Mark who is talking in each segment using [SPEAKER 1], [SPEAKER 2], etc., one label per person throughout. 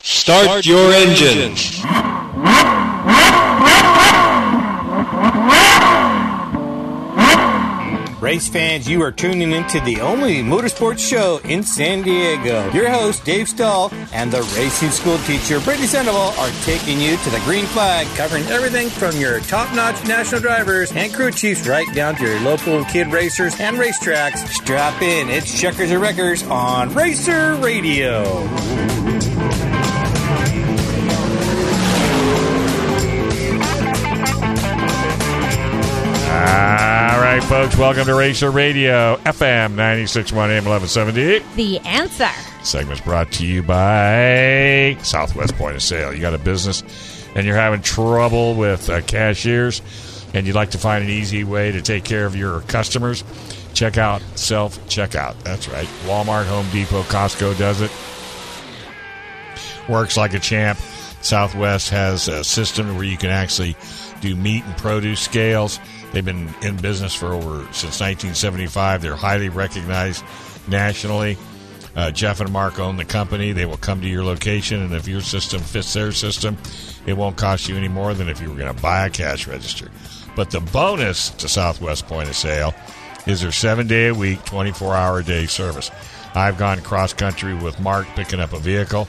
[SPEAKER 1] Start, your, engines.
[SPEAKER 2] Race fans, you are tuning into the only motorsports show in San Diego. Your host, Dave Stahl, and the racing school teacher, Brittany Sandoval, are taking you to the green flag, covering everything from your top notch national drivers and crew chiefs right down to your local kid racers and racetracks. Strap in, it's Checkers and Wreckers on Racer Radio.
[SPEAKER 3] All right, folks, welcome to Racer Radio, FM 961 AM 1170.
[SPEAKER 4] The answer.
[SPEAKER 3] Segment's brought to you by Southwest Point of Sale. You got a business and you're having trouble with uh, cashiers and you'd like to find an easy way to take care of your customers, check out self checkout. That's right. Walmart, Home Depot, Costco does it. Works like a champ. Southwest has a system where you can actually do meat and produce scales. They've been in business for over since 1975. They're highly recognized nationally. Uh, Jeff and Mark own the company. They will come to your location, and if your system fits their system, it won't cost you any more than if you were going to buy a cash register. But the bonus to Southwest Point of Sale is their seven day a week, 24 hour a day service. I've gone cross country with Mark picking up a vehicle,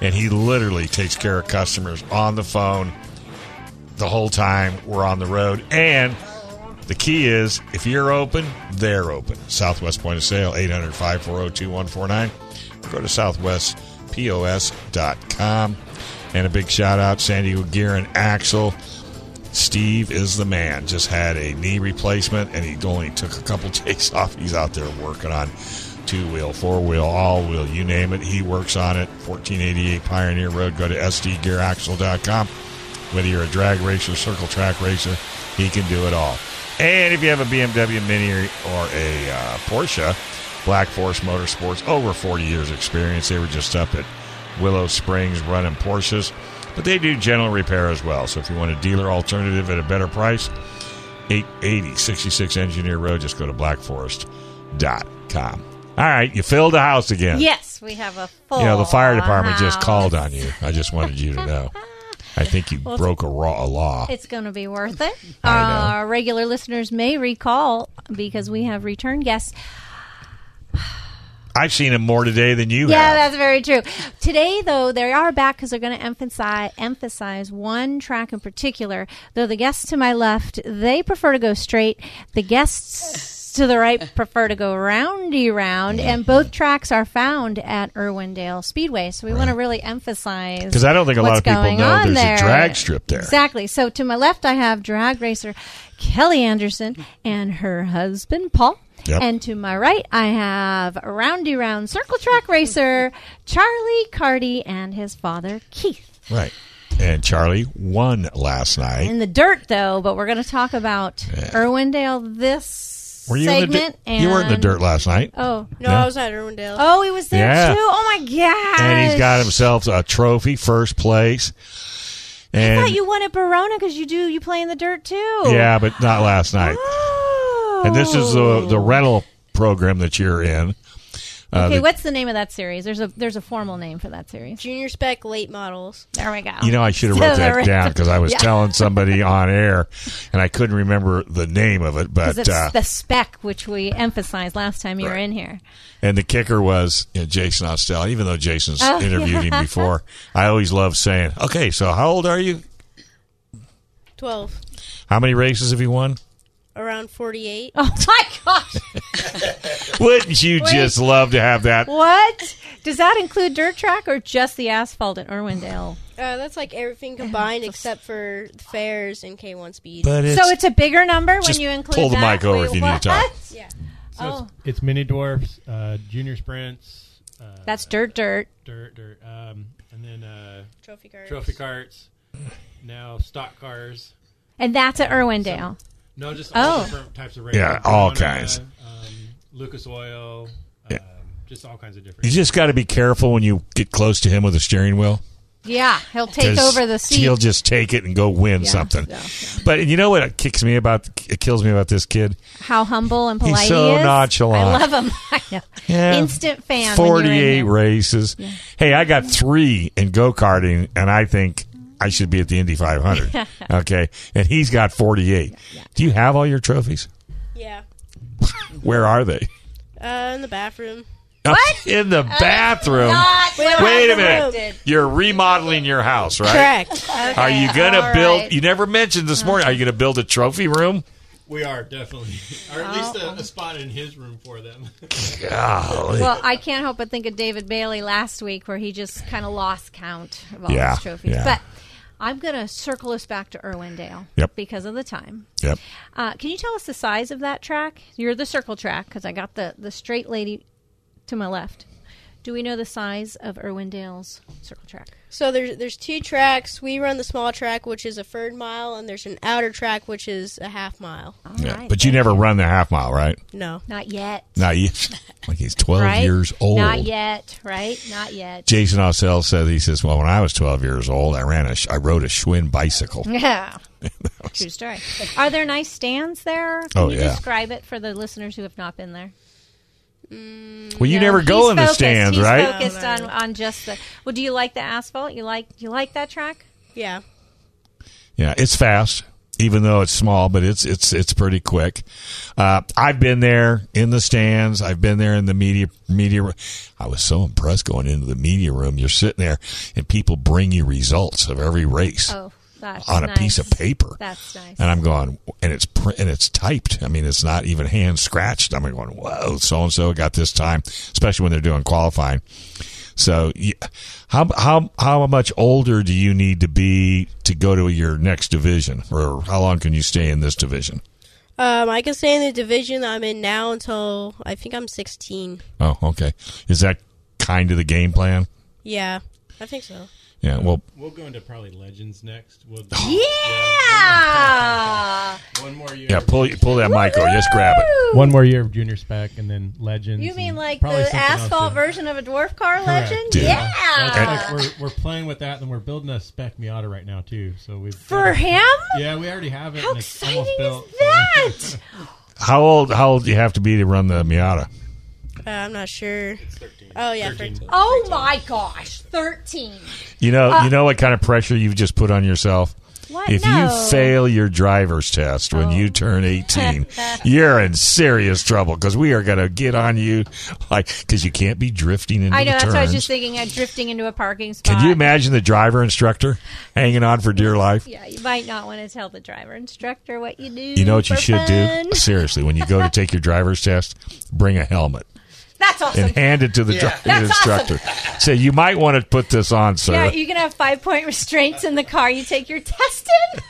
[SPEAKER 3] and he literally takes care of customers on the phone the whole time we're on the road. And the key is if you're open, they're open. Southwest Point of Sale, 800 540 2149. Go to southwestpos.com. And a big shout out, San Diego Gear and Axel. Steve is the man. Just had a knee replacement and he only took a couple days off. He's out there working on two wheel, four wheel, all wheel, you name it. He works on it. 1488 Pioneer Road. Go to sdgearaxle.com. Whether you're a drag racer, circle track racer, he can do it all. And if you have a BMW Mini or a uh, Porsche, Black Forest Motorsports, over 40 years experience. They were just up at Willow Springs running Porsches, but they do general repair as well. So if you want a dealer alternative at a better price, 880 66 Engineer Road, just go to blackforest.com. All right, you filled the house again.
[SPEAKER 4] Yes, we have a full.
[SPEAKER 3] You know, the fire department just
[SPEAKER 4] house.
[SPEAKER 3] called on you. I just wanted you to know. I think you broke a, raw, a law.
[SPEAKER 4] It's going to be worth it.
[SPEAKER 3] I know.
[SPEAKER 4] Our regular listeners may recall because we have return guests.
[SPEAKER 3] I've seen him more today than you
[SPEAKER 4] Yeah,
[SPEAKER 3] have.
[SPEAKER 4] that's very true. Today, though, they are back because they're going to emphasize emphasize one track in particular. Though the guests to my left, they prefer to go straight. The guests to the right prefer to go roundy round, and both tracks are found at Irwindale Speedway. So we want to really emphasize
[SPEAKER 3] Because I don't think a lot
[SPEAKER 4] what's
[SPEAKER 3] of people
[SPEAKER 4] going
[SPEAKER 3] know there's
[SPEAKER 4] on there.
[SPEAKER 3] a drag strip there.
[SPEAKER 4] Exactly. So to my left, I have drag racer Kelly Anderson and her husband Paul.
[SPEAKER 3] Yep.
[SPEAKER 4] And to my right, I have roundy round circle track racer Charlie Cardy and his father Keith.
[SPEAKER 3] Right. And Charlie won last night.
[SPEAKER 4] In the dirt, though, but we're going to talk about Irwindale this
[SPEAKER 3] Were you in
[SPEAKER 4] segment.
[SPEAKER 3] the dirt? You weren't in the
[SPEAKER 4] and-
[SPEAKER 3] dirt last night.
[SPEAKER 4] Oh.
[SPEAKER 5] No,
[SPEAKER 3] Yeah.
[SPEAKER 5] I was at Irwindale.
[SPEAKER 4] Oh, he was there
[SPEAKER 3] Yeah.
[SPEAKER 4] too. Oh my gosh!
[SPEAKER 3] and he's got himself a trophy, first place. And
[SPEAKER 4] I thought you won at Barona because you do. You play in the dirt too.
[SPEAKER 3] yeah, but not last night.
[SPEAKER 4] Oh.
[SPEAKER 3] And this is the the rental program that you're in. Uh,
[SPEAKER 4] Okay,
[SPEAKER 3] the-
[SPEAKER 4] what's the name of that series? There's a there's a formal name for that series.
[SPEAKER 5] Junior spec late models.
[SPEAKER 4] There we go.
[SPEAKER 3] You know, I should have
[SPEAKER 4] So
[SPEAKER 3] wrote
[SPEAKER 4] the
[SPEAKER 3] that
[SPEAKER 4] re-
[SPEAKER 3] down because I was telling somebody on air, and I couldn't remember the name of it.
[SPEAKER 4] 'Cause
[SPEAKER 3] But
[SPEAKER 4] it's
[SPEAKER 3] uh,
[SPEAKER 4] the spec which we emphasized last time you were
[SPEAKER 3] Right.
[SPEAKER 4] in here.
[SPEAKER 3] And the kicker was you know, Jason Ostell, even though Jason's
[SPEAKER 4] Oh,
[SPEAKER 3] interviewed him
[SPEAKER 4] yeah.
[SPEAKER 3] before. I always love saying, okay, so how old are you?
[SPEAKER 5] 12.
[SPEAKER 3] How many races have you won?
[SPEAKER 5] Around 48.
[SPEAKER 4] Oh my gosh!
[SPEAKER 3] Wouldn't you just love to have that?
[SPEAKER 4] What does that include? Dirt track or just the asphalt at Irwindale?
[SPEAKER 5] Uh, that's like everything combined except for the fairs and K1 speed.
[SPEAKER 3] But it's,
[SPEAKER 4] so it's a bigger number
[SPEAKER 3] just
[SPEAKER 4] when you include.
[SPEAKER 3] pull the
[SPEAKER 4] that?
[SPEAKER 3] mic over
[SPEAKER 4] Wait,
[SPEAKER 3] if you need to talk.
[SPEAKER 4] what?
[SPEAKER 5] Yeah.
[SPEAKER 6] So
[SPEAKER 4] Oh.
[SPEAKER 6] it's, it's mini dwarfs, uh, junior sprints. Uh,
[SPEAKER 4] That's dirt, dirt.
[SPEAKER 6] dirt, dirt, um, and then uh,
[SPEAKER 5] Trophy card.
[SPEAKER 6] trophy carts. Now stock cars.
[SPEAKER 4] And that's at Irwindale.
[SPEAKER 6] No, just all
[SPEAKER 4] Oh.
[SPEAKER 6] different types of
[SPEAKER 3] Yeah,
[SPEAKER 6] races.
[SPEAKER 3] all
[SPEAKER 6] Daytona,
[SPEAKER 3] kinds.
[SPEAKER 6] Um, Lucas Oil. Um, Just all kinds of different.
[SPEAKER 3] You just got to be careful when you get close to him with a steering wheel.
[SPEAKER 4] Yeah, he'll take
[SPEAKER 3] 'cause
[SPEAKER 4] over the seat.
[SPEAKER 3] He'll just take it and go win
[SPEAKER 4] Yeah,
[SPEAKER 3] something.
[SPEAKER 4] yeah,
[SPEAKER 3] But you know what kicks me about, it kills me about this kid?
[SPEAKER 4] How humble and polite
[SPEAKER 3] He's so
[SPEAKER 4] he is.
[SPEAKER 3] nonchalant.
[SPEAKER 4] I love him. I know.
[SPEAKER 3] Yeah.
[SPEAKER 4] Instant fan. when you're in
[SPEAKER 3] 48
[SPEAKER 4] here.
[SPEAKER 3] races. Hey, I got three in go karting, and I think I should be at the Indy 500. okay. And he's got 48. Do you have all your trophies?
[SPEAKER 5] Yeah.
[SPEAKER 3] Where are they?
[SPEAKER 5] Uh, in the bathroom.
[SPEAKER 3] What? In the bathroom.
[SPEAKER 4] Not what
[SPEAKER 3] Wait
[SPEAKER 4] I
[SPEAKER 3] a minute.
[SPEAKER 4] wanted.
[SPEAKER 3] You're remodeling your house, right?
[SPEAKER 5] Correct.
[SPEAKER 3] Are you going to
[SPEAKER 4] all
[SPEAKER 3] build?
[SPEAKER 4] right.
[SPEAKER 3] You never mentioned this morning. Are you going to build a trophy room?
[SPEAKER 6] We are definitely, or at least
[SPEAKER 4] Oh.
[SPEAKER 6] a, a spot in his room for them.
[SPEAKER 3] Golly.
[SPEAKER 4] Well, I can't help but think of David Bailey last week, where he just kind of lost count of all
[SPEAKER 3] Yeah,
[SPEAKER 4] his trophies.
[SPEAKER 3] yeah.
[SPEAKER 4] But I'm going to circle us back to Irwindale
[SPEAKER 3] Yep.
[SPEAKER 4] because of the time.
[SPEAKER 3] yep.
[SPEAKER 4] Uh, can you tell us the size of that track? You're the circle track because I got the, the straight lady to my left. Do we know the size of Irwindale's circle track?
[SPEAKER 5] So there's there's two tracks. We run the small track, which is a third mile, and there's an outer track, which is a half mile.
[SPEAKER 4] All
[SPEAKER 3] Yeah.
[SPEAKER 4] right.
[SPEAKER 3] But you never run the half mile, right?
[SPEAKER 5] No.
[SPEAKER 4] Not yet.
[SPEAKER 3] Now you like he's 12
[SPEAKER 4] right?
[SPEAKER 3] years old.
[SPEAKER 4] Not yet, right? Not yet.
[SPEAKER 3] Jason Ossell says he says, "Well, when I was 12 years old, I ran a sh- I rode a Schwinn bicycle."
[SPEAKER 4] Yeah. True story. Are there nice stands there? Can
[SPEAKER 3] Oh,
[SPEAKER 4] you
[SPEAKER 3] yeah.
[SPEAKER 4] describe it for the listeners who have not been there?
[SPEAKER 3] Well, you
[SPEAKER 4] No,
[SPEAKER 3] never go
[SPEAKER 4] he's
[SPEAKER 3] in the
[SPEAKER 4] Mm-hmm. focused.
[SPEAKER 3] stands,
[SPEAKER 4] He's
[SPEAKER 3] right?
[SPEAKER 4] Focused on, on just the. Well, do you like the asphalt? You like you like that track?
[SPEAKER 5] Yeah.
[SPEAKER 3] Yeah, it's fast, even though it's small, but it's it's it's pretty quick. Uh, I've been there in the stands. I've been there in the media media. ro- I was so impressed going into the media room. You're sitting there, and people bring you results of every race
[SPEAKER 4] Oh, that's
[SPEAKER 3] on a
[SPEAKER 4] nice.
[SPEAKER 3] piece of paper.
[SPEAKER 4] That's nice.
[SPEAKER 3] And I'm going, and it's pr- and it's typed. I mean, it's not even hand scratched. I'm going, whoa, so and so got this time, especially when they're doing qualifying. So, yeah, how how how much older do you need to be to go to your next division, or how long can you stay in this division?
[SPEAKER 5] Um, I can stay in the division I'm in now until I think I'm 16.
[SPEAKER 3] Oh, okay. Is that kind of the game plan?
[SPEAKER 5] Yeah, I think so.
[SPEAKER 3] Yeah. Well,
[SPEAKER 6] we'll go into probably legends next. We'll
[SPEAKER 4] Yeah.
[SPEAKER 6] one more year.
[SPEAKER 3] Oh. yeah. Pull pull that mic over. Just grab it.
[SPEAKER 4] Woo!
[SPEAKER 6] One more year of junior spec, and then legends.
[SPEAKER 4] You mean
[SPEAKER 6] and
[SPEAKER 4] like
[SPEAKER 6] probably
[SPEAKER 4] the
[SPEAKER 6] something else
[SPEAKER 4] asphalt
[SPEAKER 6] too.
[SPEAKER 4] version of a dwarf car
[SPEAKER 6] Correct.
[SPEAKER 4] legend?
[SPEAKER 3] Dude.
[SPEAKER 4] Yeah.
[SPEAKER 6] That's like we're, we're playing with that, and we're building a spec Miata right now too. So we
[SPEAKER 4] For him?
[SPEAKER 6] Yeah, we already have it.
[SPEAKER 4] How
[SPEAKER 6] and it's almost
[SPEAKER 4] exciting
[SPEAKER 6] built,
[SPEAKER 4] is
[SPEAKER 6] so-
[SPEAKER 4] that?
[SPEAKER 3] How old how old do you have to be to run the Miata?
[SPEAKER 5] Uh, I'm not sure. Oh yeah, 13.
[SPEAKER 4] oh my gosh. 13.
[SPEAKER 3] You know,
[SPEAKER 4] Uh,
[SPEAKER 3] you know what kind of pressure you've just put on yourself.
[SPEAKER 4] What?
[SPEAKER 3] If
[SPEAKER 4] no. Oh.
[SPEAKER 3] you fail your driver's test when you turn 18, you're in serious trouble because we are going to get on you like because you can't be drifting into
[SPEAKER 4] I
[SPEAKER 3] the
[SPEAKER 4] know, that's
[SPEAKER 3] turns.
[SPEAKER 4] what I was just thinking. Uh, drifting into a parking spot.
[SPEAKER 3] Can you imagine the driver instructor hanging on for dear life?
[SPEAKER 4] Yeah, you might not want to tell the driver instructor what you do.
[SPEAKER 3] You know what you
[SPEAKER 4] for
[SPEAKER 3] should
[SPEAKER 4] fun.
[SPEAKER 3] do? Seriously, when you go to take your driver's test, bring a helmet
[SPEAKER 4] That's awesome.
[SPEAKER 3] and hand it to the driver
[SPEAKER 4] That's awesome.
[SPEAKER 3] instructor. Say, you might want to put this on, sir.
[SPEAKER 4] yeah, you're gonna have five point restraints in the car. You take your test in.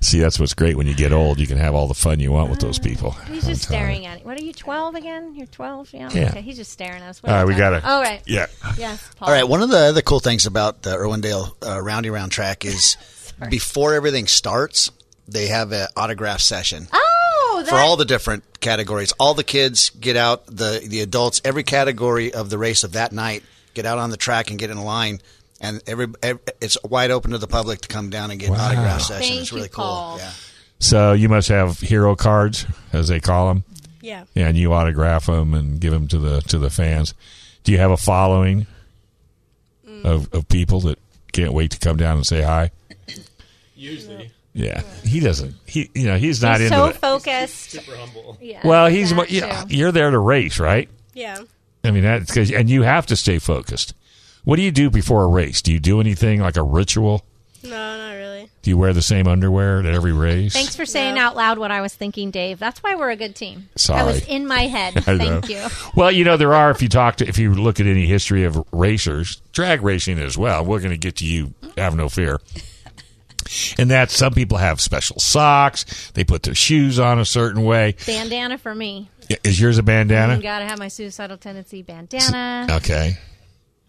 [SPEAKER 3] See, that's what's great when you get old. You can have all the fun you want with those people.
[SPEAKER 4] He's
[SPEAKER 3] I'm
[SPEAKER 4] just
[SPEAKER 3] telling you.
[SPEAKER 4] staring at it. What are you, 12 again? You're 12? Yeah.
[SPEAKER 3] Yeah.
[SPEAKER 4] Okay, he's just staring at us.
[SPEAKER 3] All right, we got to.
[SPEAKER 4] All right.
[SPEAKER 3] Yeah.
[SPEAKER 4] Yes, Paul.
[SPEAKER 7] All right. One of the other cool things about the Irwindale uh, Roundy Round track is before everything starts, they have an autograph session
[SPEAKER 4] Oh, that,
[SPEAKER 7] for all the different categories. All the kids get out, the, the adults, every category of the race of that night get out on the track and get in line. And every, ev it's wide open to the public to come down and get an autograph session.
[SPEAKER 4] Thank
[SPEAKER 7] it's
[SPEAKER 4] you,
[SPEAKER 7] really cool.
[SPEAKER 4] Paul.
[SPEAKER 7] Yeah.
[SPEAKER 3] So you must have hero cards, as they call them,
[SPEAKER 5] Yeah.
[SPEAKER 3] and you autograph them and give them to the to the fans. Do you have a following
[SPEAKER 4] Mm.
[SPEAKER 3] of of people that can't wait to come down and say hi?
[SPEAKER 6] Usually,
[SPEAKER 3] Yeah, he doesn't. He you know he's not
[SPEAKER 4] he's
[SPEAKER 3] into
[SPEAKER 4] so
[SPEAKER 3] it.
[SPEAKER 4] focused.
[SPEAKER 6] super humble.
[SPEAKER 4] Yeah,
[SPEAKER 3] Well, he's
[SPEAKER 4] that
[SPEAKER 3] mo- you know,
[SPEAKER 4] too.
[SPEAKER 3] you're there to race, right?
[SPEAKER 5] Yeah.
[SPEAKER 3] I mean that's because and you have to stay focused. What do you do before a race? Do you do anything like a ritual?
[SPEAKER 5] No, not really.
[SPEAKER 3] Do you wear the same underwear at every race?
[SPEAKER 4] Thanks for saying out loud what I was thinking, Dave. That's why we're a good team.
[SPEAKER 3] Sorry.
[SPEAKER 4] I was in my head.
[SPEAKER 3] I know.
[SPEAKER 4] Thank you.
[SPEAKER 3] Well, you know there are if you talk to if you look at any history of racers, drag racing as well. We're going to get to you. Have no fear. And that some people have special socks. They put their shoes on a certain way.
[SPEAKER 4] Bandana for me.
[SPEAKER 3] Is yours a bandana?
[SPEAKER 4] Gotta have my suicidal tendency bandana.
[SPEAKER 3] Okay.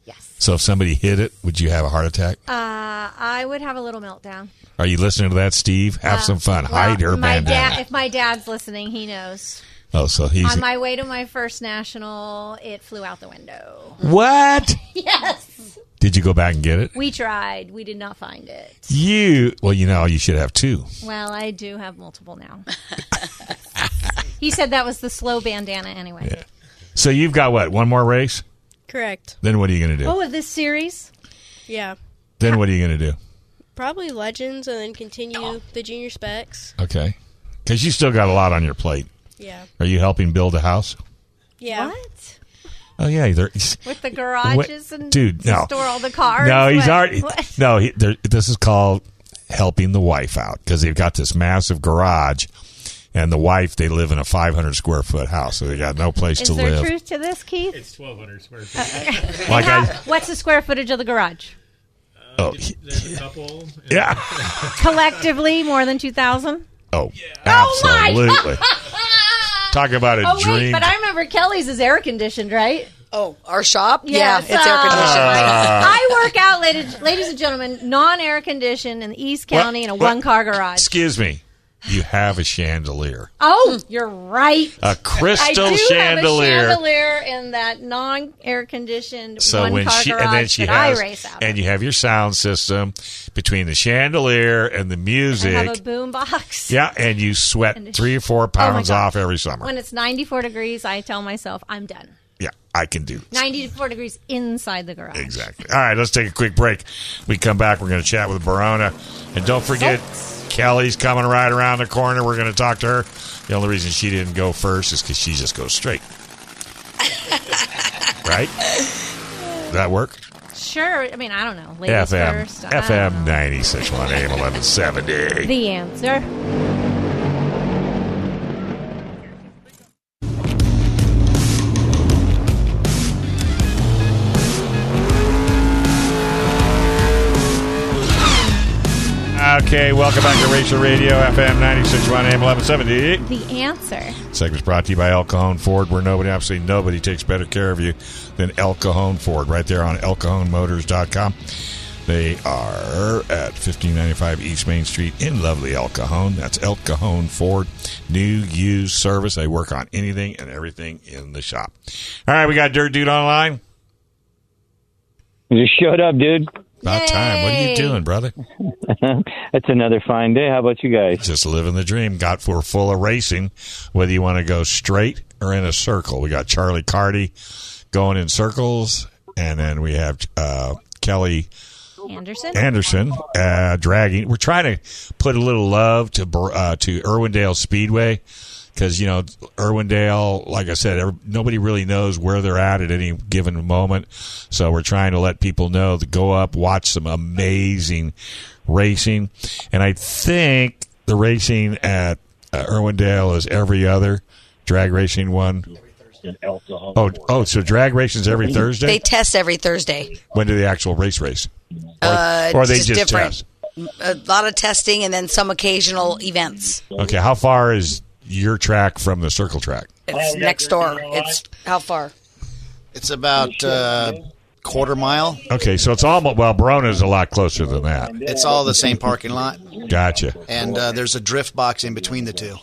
[SPEAKER 4] Yes.
[SPEAKER 3] So if somebody hit it, would you have a heart attack?
[SPEAKER 4] Uh, I would have a little meltdown.
[SPEAKER 3] Are you listening to that, Steve? Have some fun. Hide
[SPEAKER 4] uh, Well,
[SPEAKER 3] her
[SPEAKER 4] my dad.
[SPEAKER 3] bandana.
[SPEAKER 4] If my dad's listening, he knows.
[SPEAKER 3] oh, so he's
[SPEAKER 4] On my way to my first national, it flew out the window.
[SPEAKER 3] what?
[SPEAKER 4] Yes.
[SPEAKER 3] Did you go back and get it?
[SPEAKER 4] We tried. We did not find it.
[SPEAKER 3] You well, you know, you should have two.
[SPEAKER 4] Well, I do have multiple now. he said that was the slow bandana anyway.
[SPEAKER 3] So you've got what? One more race?
[SPEAKER 5] Correct.
[SPEAKER 3] Then what are you going to do?
[SPEAKER 4] Oh, of this series?
[SPEAKER 5] Yeah.
[SPEAKER 3] Then what are you going to do?
[SPEAKER 5] Probably legends, and then continue the junior specs.
[SPEAKER 3] Okay, because you still got a lot on your plate.
[SPEAKER 5] Yeah.
[SPEAKER 3] Are you helping build a house?
[SPEAKER 5] Yeah.
[SPEAKER 4] What?
[SPEAKER 3] Oh yeah, there-
[SPEAKER 4] With the
[SPEAKER 3] What-
[SPEAKER 4] garages and
[SPEAKER 3] dude,
[SPEAKER 4] to
[SPEAKER 3] no.
[SPEAKER 4] store all the cars?
[SPEAKER 3] No, he's
[SPEAKER 4] What?
[SPEAKER 3] already.
[SPEAKER 4] What?
[SPEAKER 3] No, he, there, this is called helping the wife out because they've got this massive garage, and the wife they live in a 500 square foot house, so they got no place
[SPEAKER 4] Is
[SPEAKER 3] to
[SPEAKER 4] there
[SPEAKER 3] live.
[SPEAKER 4] truth to this, Keith?
[SPEAKER 6] It's 1,200 square feet.
[SPEAKER 3] Like
[SPEAKER 4] How-
[SPEAKER 3] I,
[SPEAKER 4] what's the square footage of the garage?
[SPEAKER 3] oh he-
[SPEAKER 6] There's a couple. and
[SPEAKER 3] yeah,
[SPEAKER 4] Collectively, more than 2,000?
[SPEAKER 3] oh,
[SPEAKER 4] my
[SPEAKER 3] absolutely. Talk about a
[SPEAKER 4] Oh,
[SPEAKER 3] dream.
[SPEAKER 4] wait, but I remember Kelly's is air conditioned, right?
[SPEAKER 8] Oh, our shop?
[SPEAKER 4] Yes,
[SPEAKER 8] yeah, it's air
[SPEAKER 4] uh,
[SPEAKER 8] conditioned.
[SPEAKER 4] I work out, ladies, ladies and gentlemen, non air conditioned in East
[SPEAKER 3] What-
[SPEAKER 4] County in a
[SPEAKER 3] what-
[SPEAKER 4] one car garage.
[SPEAKER 3] Excuse me. You have a chandelier,
[SPEAKER 8] Hmm.
[SPEAKER 4] Oh, you're right.
[SPEAKER 3] a
[SPEAKER 4] I do
[SPEAKER 3] crystal
[SPEAKER 4] have a chandelier in that non air conditioned
[SPEAKER 3] So
[SPEAKER 4] one
[SPEAKER 3] when
[SPEAKER 4] car
[SPEAKER 3] she
[SPEAKER 4] garage
[SPEAKER 3] and then she
[SPEAKER 4] that
[SPEAKER 3] has
[SPEAKER 4] I race out.
[SPEAKER 3] and
[SPEAKER 4] of.
[SPEAKER 3] you have your sound system between the chandelier and the
[SPEAKER 4] I
[SPEAKER 3] music.
[SPEAKER 4] have a boom box.
[SPEAKER 3] yeah, and you sweat
[SPEAKER 4] And-
[SPEAKER 3] three or four
[SPEAKER 4] Oh my
[SPEAKER 3] pounds
[SPEAKER 4] God.
[SPEAKER 3] off every summer.
[SPEAKER 4] When it's 94 degrees, I tell myself I'm done.
[SPEAKER 3] yeah, I can do this.
[SPEAKER 4] 94 degrees inside the garage.
[SPEAKER 3] exactly. All right, let's take a quick break. We come back. We're going to chat with Barona, and don't forget Kelly's coming right around the corner. We're going to talk to her. The only reason she didn't go first is because she just goes straight. right? Does that work?
[SPEAKER 4] Sure. I mean, I don't know. Ladies
[SPEAKER 3] FM
[SPEAKER 4] first. Ah. I don't
[SPEAKER 3] FM
[SPEAKER 4] know.
[SPEAKER 3] ninety six one AM eleven seventy.
[SPEAKER 4] The answer.
[SPEAKER 3] Okay, welcome back to Racial Radio FM ninety six one AM eleven seventy.
[SPEAKER 4] The answer.
[SPEAKER 3] Segment's brought to you by El Cajon Ford, where nobody, absolutely nobody, takes better care of you than El Cajon Ford. Right there on ElCajonMotors.com. They are at 1595 East Main Street in lovely El Cajon. That's El Cajon Ford. New used service. They work on anything and everything in the shop. All right, we got Dirt Dude online.
[SPEAKER 9] Just showed up, dude.
[SPEAKER 3] About time. What are you
[SPEAKER 4] Yay.
[SPEAKER 3] doing, brother?
[SPEAKER 9] It's another fine day. How about you guys?
[SPEAKER 3] Just living the dream. Got for full of racing, whether you want to go straight or in a circle. We got Charlie Cardy going in circles, and then we have uh, Kelly
[SPEAKER 4] Anderson.
[SPEAKER 3] Anderson uh, dragging. We're trying to put a little love to Bur- uh, to Irwindale Speedway because you know Irwindale, like I said, every, nobody really knows where they're at at any given moment. So we're trying to let people know to go up, watch some amazing racing, and I think the racing at uh, Irwindale is every other drag racing one. Oh, oh! So drag racing's every Thursday.
[SPEAKER 8] They test every Thursday.
[SPEAKER 3] when do the actual race race? Or,
[SPEAKER 8] Uh,
[SPEAKER 3] or they
[SPEAKER 8] just
[SPEAKER 3] just
[SPEAKER 8] different.
[SPEAKER 3] test?
[SPEAKER 8] A lot of testing and then some occasional events.
[SPEAKER 3] Okay, how far is your track from the circle track?
[SPEAKER 8] It's next door. It's how far?
[SPEAKER 7] It's about uh, quarter mile.
[SPEAKER 3] Okay, so it's almost well. Barona's a lot closer than that.
[SPEAKER 7] It's all the same parking lot,
[SPEAKER 3] Gotcha.
[SPEAKER 7] and uh, there's a drift box in between the two.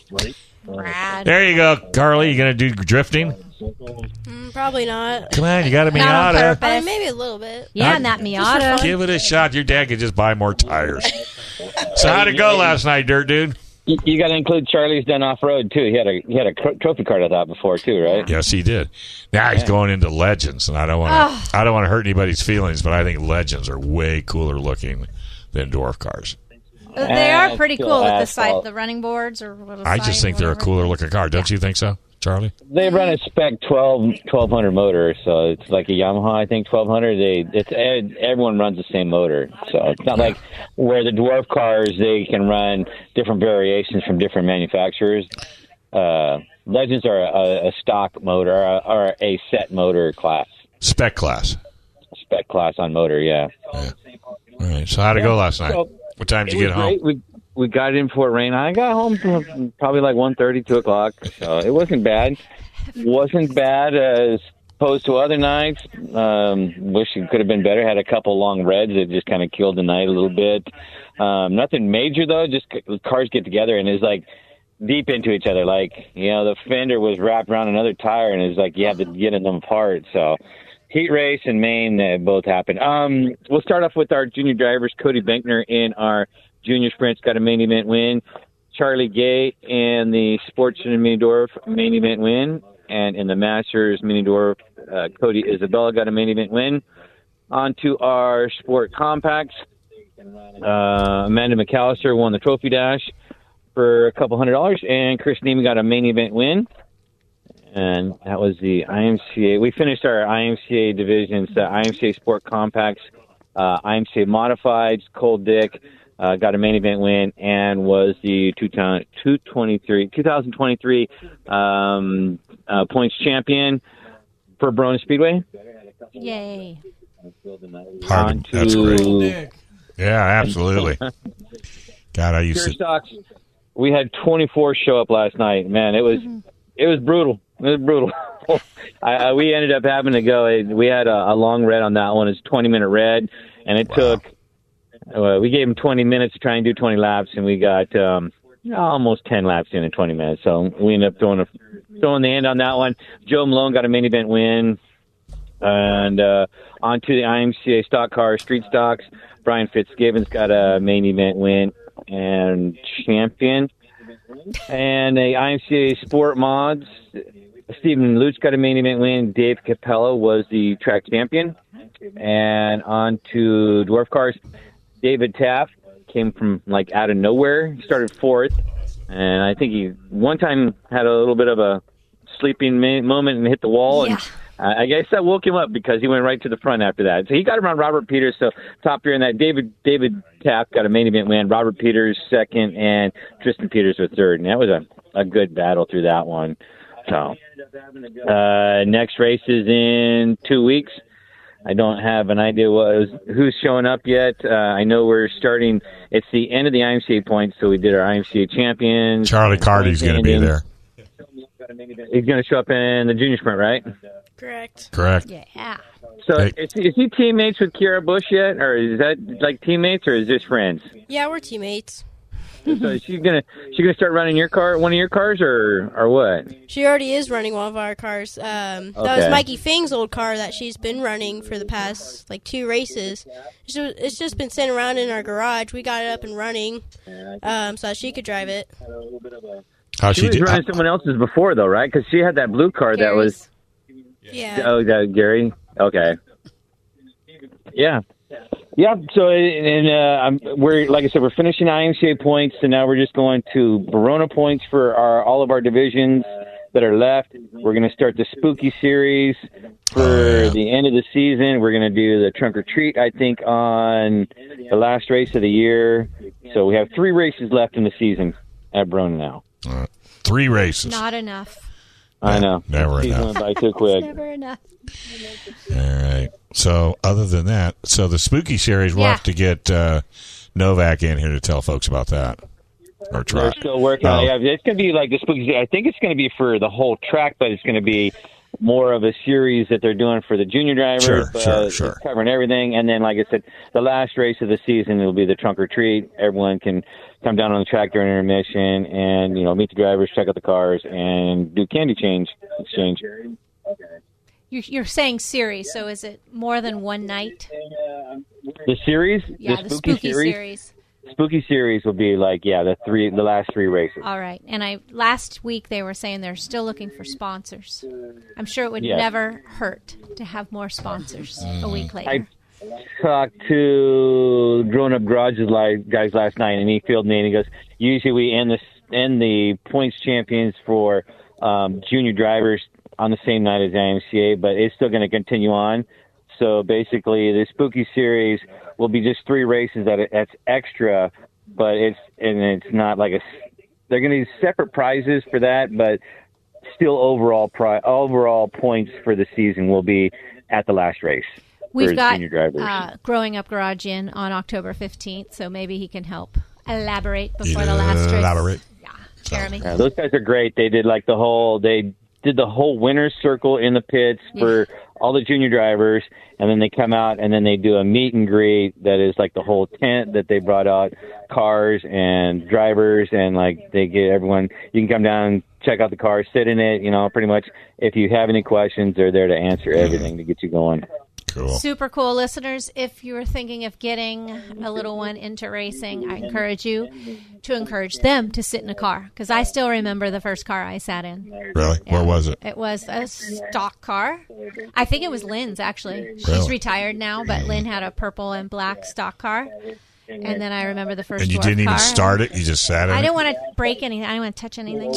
[SPEAKER 4] Brad.
[SPEAKER 3] There you go, Carly. You gonna do drifting?
[SPEAKER 5] Mm, probably not.
[SPEAKER 3] Come on, you got a
[SPEAKER 4] Not on
[SPEAKER 3] Miata.
[SPEAKER 4] purpose.
[SPEAKER 5] I mean, maybe a little bit.
[SPEAKER 4] Yeah, and that Miata.
[SPEAKER 3] Give it a shot. Your dad could just buy more tires. So how'd it go last night, dirt dude?
[SPEAKER 9] You, you got to include Charlie's done off road too. He had a he had a cr- trophy card of that before too, right?
[SPEAKER 3] Yes, he did. Now he's going into legends, and I don't want to. I don't want to hurt anybody's feelings, but I think legends are way cooler looking than dwarf cars.
[SPEAKER 4] They are pretty
[SPEAKER 9] Still
[SPEAKER 4] cool with the site,
[SPEAKER 9] asphalt.
[SPEAKER 4] the running boards or what a
[SPEAKER 3] I
[SPEAKER 4] site,
[SPEAKER 3] just think they're a
[SPEAKER 4] whatever.
[SPEAKER 3] cooler looking car. Don't you think so, Charlie?
[SPEAKER 9] They run a spec 12, 1200 motor, so it's like a Yamaha. I think twelve hundred. They it's eh, everyone runs the same motor, so it's not like where the dwarf cars they can run different variations from different manufacturers. Uh, Legends are a, a stock motor, are a- are a set motor class,
[SPEAKER 3] Spec class.
[SPEAKER 9] spec class on motor. Yeah.
[SPEAKER 3] All right. So how'd it go last night?
[SPEAKER 9] So,
[SPEAKER 3] What time did
[SPEAKER 9] It
[SPEAKER 3] you get
[SPEAKER 9] was
[SPEAKER 3] home?
[SPEAKER 9] great. We we got in Fort Rain. I got home from probably like one thirty, two o'clock. So it wasn't bad. Wasn't bad as opposed to other nights. Um, wish it could have been better. Had a couple long reds that just kind of killed the night a little bit. Um, nothing major though. Just c- cars get together and it's like deep into each other. Like you know, the fender was wrapped around another tire, and it's like you have to get them apart. So. Heat race and Maine uh, both happened. Um, we'll start off with our junior drivers. Cody Benkner in our junior sprints got a main event win. Charlie Gay and the Sportsman Minidorf main event win. And in the Masters Minidorf, uh, Cody Isabella got a main event win. On to our sport compacts. Uh, Amanda McAllister won the trophy dash for a couple hundred dollars, and Chris Neiman got a main event win. And that was the IMCA. We finished our IMCA divisions, the IMCA Sport Compacts, uh, IMCA Modifieds. Cole Dick uh, got a main event win and was the 2023, 2023 um, uh, points champion for Brona Speedway.
[SPEAKER 4] Yay.
[SPEAKER 3] Hard to- that's
[SPEAKER 9] great.
[SPEAKER 3] Yeah, absolutely. God, I used
[SPEAKER 9] Sure
[SPEAKER 3] to.
[SPEAKER 9] Sox. We had 24 show up last night. Man, it was it was brutal. It was brutal. I, I, we ended up having to go. We had a, a long red on that one. It's 20 minute red, and it took. Uh, we gave him 20 minutes to try and do 20 laps, and we got um, almost 10 laps in in 20 minutes. So we ended up throwing a, throwing the end on that one. Joe Malone got a main event win. And uh, on to the IMCA stock car, street stocks. Brian Fitzgibbons got a main event win and champion. And the IMCA sport mods, Stephen Luch got a main event win. Dave Capello was the track champion. And on to dwarf cars, David Taft came from like out of nowhere, started fourth. And I think he one time had a little bit of a sleeping ma- moment and hit the wall. And I I guess that woke him up because he went right to the front after that. So he got around Robert Peters. So top here in that, David David Taft got a main event win. Robert Peters second, and Tristan Peters was third. And that was a a good battle through that one. So uh, next race is in two weeks. I don't have an idea what who's showing up yet. Uh, I know we're starting. It's the end of the IMCA points, so we did our IMCA champions.
[SPEAKER 3] Charlie Cardi's going to be
[SPEAKER 9] Indians.
[SPEAKER 3] there.
[SPEAKER 9] He's going to show up in the junior sprint, right?
[SPEAKER 5] Correct.
[SPEAKER 3] Correct.
[SPEAKER 4] Yeah.
[SPEAKER 9] So
[SPEAKER 3] Hey.
[SPEAKER 9] is, is he teammates with Kira Bush yet, or is that like teammates, or is this friends?
[SPEAKER 5] Yeah, we're teammates.
[SPEAKER 9] so is she gonna she gonna start running your car, one of your cars, or or what?
[SPEAKER 5] She already is running one of our cars. Um, That was
[SPEAKER 9] Okay.
[SPEAKER 5] Mikey Fing's old car that she's been running for the past like two races. It's ju- It's just been sitting around in our garage. We got it up and running, um, so that she could drive it.
[SPEAKER 3] How
[SPEAKER 9] she,
[SPEAKER 3] she
[SPEAKER 9] was
[SPEAKER 3] did?
[SPEAKER 9] running someone else's before though, right? Because she had that blue car that was
[SPEAKER 5] Yeah.
[SPEAKER 9] oh that Gary. Okay. Yeah. Yeah. So and, and uh, I'm, we're like I said, we're finishing IMCA points, and now we're just going to Barona points for our all of our divisions that are left. We're going to start the spooky series for the end of the season. We're going to do the trunk or treat, I think, on the last race of the year. So we have three races left in the season at Barona now.
[SPEAKER 3] Uh, three races.
[SPEAKER 4] Not enough.
[SPEAKER 9] I know.
[SPEAKER 3] Never
[SPEAKER 9] Season
[SPEAKER 3] enough.
[SPEAKER 9] went by too quick.
[SPEAKER 4] Never enough.
[SPEAKER 3] All right. So, other than that, so the spooky series, we'll
[SPEAKER 4] Yeah.
[SPEAKER 3] have to get uh, Novak in here to tell folks about that. Or try.
[SPEAKER 9] We're still working on
[SPEAKER 3] No.
[SPEAKER 9] it. Yeah, It's going to be like the spooky. I think it's going to be for the whole track, but it's going to be more of a series that they're doing for the junior drivers.
[SPEAKER 3] Sure,
[SPEAKER 9] but
[SPEAKER 3] sure,
[SPEAKER 9] it's
[SPEAKER 3] sure.
[SPEAKER 9] Covering everything, and then like I said, the last race of the season will be the trunk or treat. Everyone can come down on the track during intermission, and you know meet the drivers, check out the cars, and do candy change exchange.
[SPEAKER 4] You're, you're saying series, so is it more than one night?
[SPEAKER 9] The series,
[SPEAKER 4] Yeah, the, spooky series.
[SPEAKER 9] spooky series will be like yeah the three the last three races.
[SPEAKER 4] All right. And I last week they were saying they're still looking for sponsors. I'm sure it would
[SPEAKER 9] Yes.
[SPEAKER 4] never hurt to have more sponsors a
[SPEAKER 3] Mm.
[SPEAKER 4] week later.
[SPEAKER 9] I talked to Grown Up Garages li- guys last night, and he fielded me, and he goes, "Usually we end the end the points champions for um, junior drivers on the same night as IMCA, but it's still going to continue on. So basically, the Spooky Series will be just three races that that's extra, but it's and it's not like a s- they're going to be separate prizes for that, but still overall pri- overall points for the season will be at the last race.
[SPEAKER 4] We've
[SPEAKER 9] for
[SPEAKER 4] got
[SPEAKER 9] junior drivers.
[SPEAKER 4] uh, Growing Up Garage in on October 15th, so maybe he can help elaborate before the last race.
[SPEAKER 3] Elaborate.
[SPEAKER 4] Yeah, Jeremy.
[SPEAKER 9] Yeah, those guys are great. They did like the whole they did the whole winner's circle in the pits for all the junior drivers, and then they come out and then they do a meet and greet that is like the whole tent that they brought out cars and drivers and like they get everyone. You can come down, check out the car, sit in it. You know, pretty much if you have any questions, they're there to answer everything to get you going.
[SPEAKER 3] Cool.
[SPEAKER 4] Super cool. Listeners, if you're thinking of getting a little one into racing, I encourage you to encourage them to sit in a car because I still remember the first car I sat in.
[SPEAKER 3] Really? Where was it?
[SPEAKER 4] It was a stock car. I think it was Lynn's actually. She's
[SPEAKER 3] Really? Mm.
[SPEAKER 4] retired now, but Lynn had a purple and black stock car. And then I remember the first
[SPEAKER 3] And you
[SPEAKER 4] dwarf
[SPEAKER 3] didn't even
[SPEAKER 4] car.
[SPEAKER 3] start it. You just sat in
[SPEAKER 4] I
[SPEAKER 3] it.
[SPEAKER 4] didn't want to break anything. I didn't want to touch anything.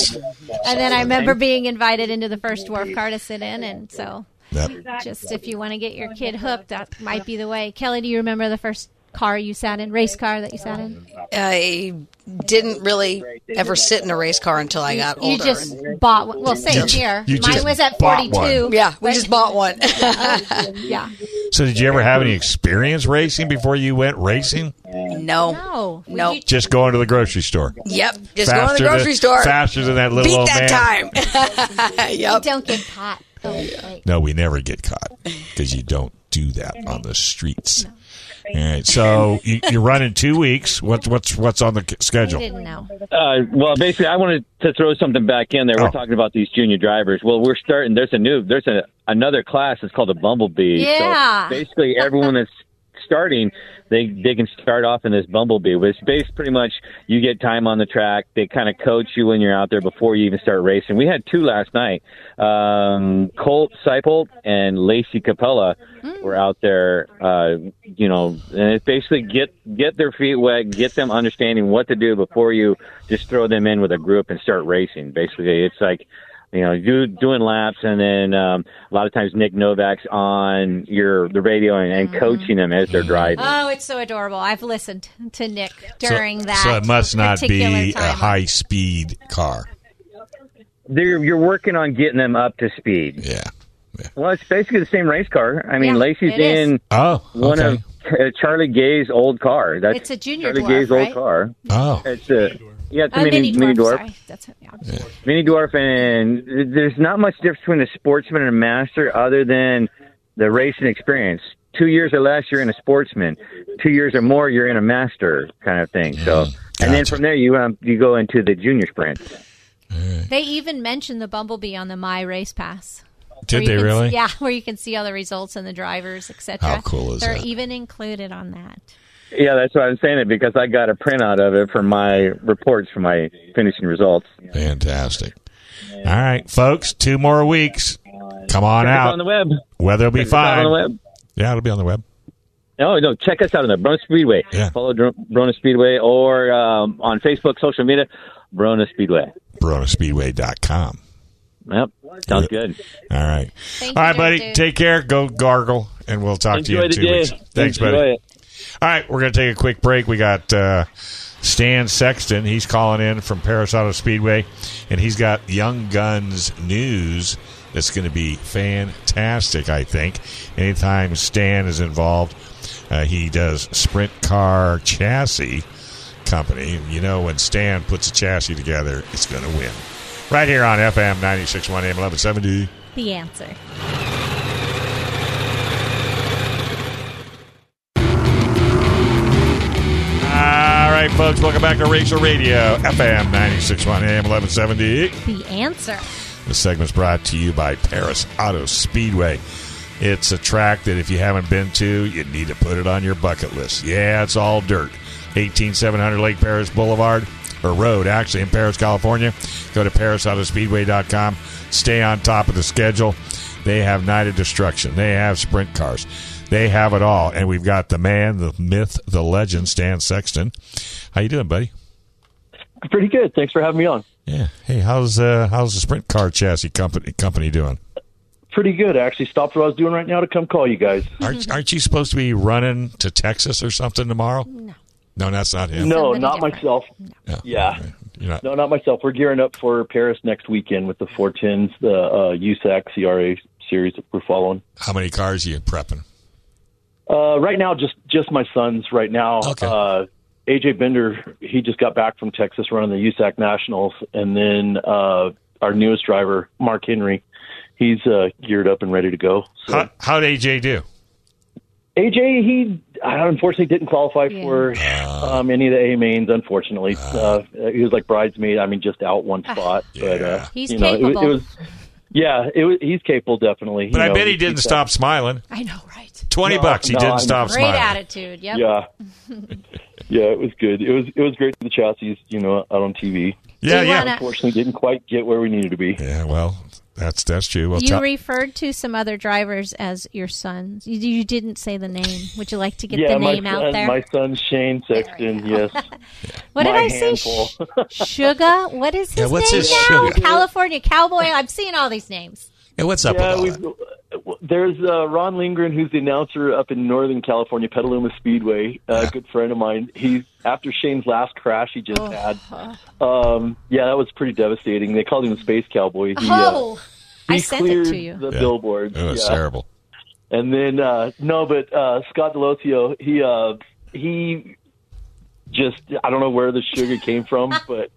[SPEAKER 4] And then I remember being invited into the first dwarf car to sit in, and so
[SPEAKER 3] Yep.
[SPEAKER 4] just if you want to get your kid hooked, that might be the way. Kelly, do you remember the first car you sat in, race car that you sat in?
[SPEAKER 8] I didn't really ever sit in a race car until I got
[SPEAKER 4] You
[SPEAKER 8] older.
[SPEAKER 4] just bought one. Well, same
[SPEAKER 8] You-
[SPEAKER 4] here.
[SPEAKER 3] you
[SPEAKER 4] Mine
[SPEAKER 3] just
[SPEAKER 4] was at
[SPEAKER 3] bought
[SPEAKER 4] 42.
[SPEAKER 3] one.
[SPEAKER 8] yeah, we just bought one.
[SPEAKER 4] Yeah.
[SPEAKER 3] So, did you ever have any experience racing before you went racing?
[SPEAKER 8] no.
[SPEAKER 4] No. Would
[SPEAKER 8] Nope.
[SPEAKER 4] you-
[SPEAKER 3] Just going to the grocery store.
[SPEAKER 8] Yep. Just go to the
[SPEAKER 3] than-
[SPEAKER 8] grocery store.
[SPEAKER 3] Faster than that little
[SPEAKER 8] Beat
[SPEAKER 3] old man.
[SPEAKER 8] that time.
[SPEAKER 4] you
[SPEAKER 8] yep.
[SPEAKER 4] don't get caught. Oh, wait.
[SPEAKER 3] No, we never get caught because you don't do that on the streets. All right, so you, you're running two weeks. What's what's what's on the c-
[SPEAKER 4] You
[SPEAKER 3] schedule?
[SPEAKER 4] didn't know.
[SPEAKER 9] Uh, well, basically, I wanted to throw something back in there.
[SPEAKER 3] Oh.
[SPEAKER 9] We're talking about these junior drivers. Well, we're starting. There's a new. There's a another class. It's called the Bumblebee.
[SPEAKER 4] Yeah.
[SPEAKER 9] So basically, everyone that's starting, they they can start off in this Bumblebee, which based pretty much you get time on the track. They kind of coach you when you're out there before you even start racing. We had two last night. Um, Colt Seipolt and Lacey Capella were out there. Uh, you know, and it's basically get get their feet wet, get them understanding what to do before you just throw them in with a group and start racing. Basically, it's like you know do, doing laps, and then um, a lot of times Nick Novak's on your the radio and,
[SPEAKER 4] Mm-hmm.
[SPEAKER 9] and coaching them as they're driving.
[SPEAKER 4] Oh, it's so adorable. I've listened to Nick during
[SPEAKER 3] so,
[SPEAKER 4] that.
[SPEAKER 3] so it must not
[SPEAKER 4] particular
[SPEAKER 3] be a
[SPEAKER 4] time.
[SPEAKER 3] high speed car.
[SPEAKER 9] They're, you're working on getting them up to speed.
[SPEAKER 3] Yeah.
[SPEAKER 9] Well, it's basically the same race car. I mean,
[SPEAKER 4] Yeah,
[SPEAKER 9] Lacey's
[SPEAKER 4] it is.
[SPEAKER 9] in
[SPEAKER 3] Oh,
[SPEAKER 9] one
[SPEAKER 3] okay.
[SPEAKER 9] of uh, Charlie Gay's old car. That's
[SPEAKER 4] It's a junior
[SPEAKER 9] Charlie
[SPEAKER 4] dwarf,
[SPEAKER 9] Gay's
[SPEAKER 4] right?
[SPEAKER 9] old car.
[SPEAKER 3] oh,
[SPEAKER 9] It's a yeah, it's a
[SPEAKER 4] Oh,
[SPEAKER 9] mini, mini dwarf.
[SPEAKER 4] Sorry. That's, yeah.
[SPEAKER 9] Mini Dwarf, and there's not much difference between a sportsman and a master other than the racing experience. Two years or less, you're in a sportsman. Two years or more, you're in a master kind of thing. So, and then
[SPEAKER 3] gotcha.
[SPEAKER 9] from there, you um, you go into the junior sprint.
[SPEAKER 4] They even mentioned the bumblebee on the My Race Pass.
[SPEAKER 3] did
[SPEAKER 4] Where
[SPEAKER 3] they
[SPEAKER 4] you can-
[SPEAKER 3] really?
[SPEAKER 4] Yeah, where you can see all the results and the drivers, etc.
[SPEAKER 3] How cool is
[SPEAKER 4] They're
[SPEAKER 3] that?
[SPEAKER 4] even included on that.
[SPEAKER 9] Yeah, that's why I'm saying it because I got a printout of it for my reports for my finishing results.
[SPEAKER 3] Fantastic. All right, folks, two more weeks. Come on
[SPEAKER 9] Check us on
[SPEAKER 3] out.
[SPEAKER 9] the web.
[SPEAKER 3] Weather'll be
[SPEAKER 9] Check us out on the
[SPEAKER 3] fine.
[SPEAKER 9] web.
[SPEAKER 3] Yeah, it'll be on the web.
[SPEAKER 9] No, no, check us out on the Brona Speedway.
[SPEAKER 3] Yeah.
[SPEAKER 9] Follow Dr- Brona Speedway or um, on Facebook, social media, Brona Speedway.
[SPEAKER 3] BronaSpeedway.com.
[SPEAKER 9] Yep, sounds good.
[SPEAKER 3] All right.
[SPEAKER 4] Thank
[SPEAKER 3] All right,
[SPEAKER 4] you,
[SPEAKER 3] buddy.
[SPEAKER 4] dude.
[SPEAKER 3] Take care. Go gargle, and we'll talk to you
[SPEAKER 9] Enjoy
[SPEAKER 3] in
[SPEAKER 9] the
[SPEAKER 3] two
[SPEAKER 9] day.
[SPEAKER 3] weeks. Thanks,
[SPEAKER 9] Enjoy
[SPEAKER 3] buddy.
[SPEAKER 9] it.
[SPEAKER 3] All right, we're going to take a quick break. We got uh, Stan Sexton. He's calling in from Paris Auto Speedway, and he's got Young Guns news that's going to be fantastic, I think. Anytime Stan is involved, uh, he does sprint car chassis company. You know, when Stan puts a chassis together, it's going to win. Right here on FM 961 AM 1170.
[SPEAKER 4] The answer.
[SPEAKER 3] All right, folks, welcome back to Racer Radio, FM 961 AM 1170.
[SPEAKER 4] The answer.
[SPEAKER 3] The segment's brought to you by Paris Auto Speedway. It's a track that if you haven't been to, you need to put it on your bucket list. Yeah, it's all dirt. 18700 Lake Paris Boulevard, or Road, actually, in Paris, California. Go to parisautospeedway.com. Stay on top of the schedule. They have Night of Destruction. They have sprint cars. They have it all. And we've got the man, the myth, the legend, Stan Sexton. How you doing, buddy?
[SPEAKER 10] Pretty good. Thanks for having me on.
[SPEAKER 3] Yeah. Hey, how's uh, how's the sprint car chassis company company doing?
[SPEAKER 10] Pretty good. I actually stopped what I was doing right now to come call you guys.
[SPEAKER 3] Aren't, aren't you supposed to be running to Texas or something tomorrow? No. No, that's not him.
[SPEAKER 10] No,
[SPEAKER 4] Somebody
[SPEAKER 10] not
[SPEAKER 4] different.
[SPEAKER 10] myself. Yeah.
[SPEAKER 3] You're not.
[SPEAKER 10] No, not myself. We're gearing up for Paris next weekend with the 410s, the uh, USAC CRA series that we're following.
[SPEAKER 3] How many cars are you prepping?
[SPEAKER 10] Uh, right now, just just my sons. Right now, uh, AJ Bender, he just got back from Texas running the USAC Nationals, and then uh, our newest driver, Mark Henry, he's uh, geared up and ready to go.
[SPEAKER 3] How, how'd AJ do?
[SPEAKER 10] AJ, he I unfortunately didn't qualify for um, any of the A mains. Unfortunately,
[SPEAKER 3] Uh-huh.
[SPEAKER 10] uh, he was like bridesmaid. I mean, just out one spot. But uh,
[SPEAKER 4] Ah. He's
[SPEAKER 10] you know, it was- It,
[SPEAKER 4] capable.
[SPEAKER 10] was, yeah, it was, he's capable, definitely.
[SPEAKER 3] But I bet he didn't stop smiling.
[SPEAKER 4] I know, right?
[SPEAKER 3] Twenty
[SPEAKER 10] No,
[SPEAKER 3] bucks. He
[SPEAKER 10] no,
[SPEAKER 3] didn't
[SPEAKER 10] I'm-
[SPEAKER 3] stop
[SPEAKER 4] Great
[SPEAKER 3] smiling.
[SPEAKER 4] attitude. Yep.
[SPEAKER 10] Yeah, yeah, it was good. It was it was great for the chassis. You know, out on TV.
[SPEAKER 3] Yeah,
[SPEAKER 4] Do you yeah. wanna-
[SPEAKER 10] Unfortunately, didn't quite get where we needed to be.
[SPEAKER 3] Yeah, well, that's that's true. Well,
[SPEAKER 4] you
[SPEAKER 3] tell-
[SPEAKER 4] referred to some other drivers as your sons. You, you didn't say the name. Would you like to get
[SPEAKER 10] yeah,
[SPEAKER 4] the
[SPEAKER 10] my
[SPEAKER 4] name
[SPEAKER 10] son,
[SPEAKER 4] out there?
[SPEAKER 10] My son Shane Sexton. Yes.
[SPEAKER 4] what did
[SPEAKER 10] my
[SPEAKER 4] I say?
[SPEAKER 10] handful.
[SPEAKER 4] Sugar? What is his
[SPEAKER 11] Yeah, what's
[SPEAKER 4] name
[SPEAKER 11] his
[SPEAKER 4] now?
[SPEAKER 11] Suga?
[SPEAKER 4] California Cowboy. I'm seeing all these names.
[SPEAKER 11] And what's up
[SPEAKER 10] yeah,
[SPEAKER 11] with all
[SPEAKER 10] we've- There's uh, Ron Lindgren, who's the announcer up in Northern California, Petaluma Speedway. A good friend of mine. He's after Shane's last crash he
[SPEAKER 4] Oh,
[SPEAKER 10] just had. Um, yeah, that was pretty devastating. They called him the Space Cowboy. He, uh,
[SPEAKER 4] oh,
[SPEAKER 10] he
[SPEAKER 4] I sent it to
[SPEAKER 10] cleared
[SPEAKER 4] you.
[SPEAKER 10] The billboards.
[SPEAKER 3] It was
[SPEAKER 10] yeah.
[SPEAKER 3] terrible.
[SPEAKER 10] And then uh, no, but uh, Scott Delosio, he uh, he just I don't know where the sugar came from, but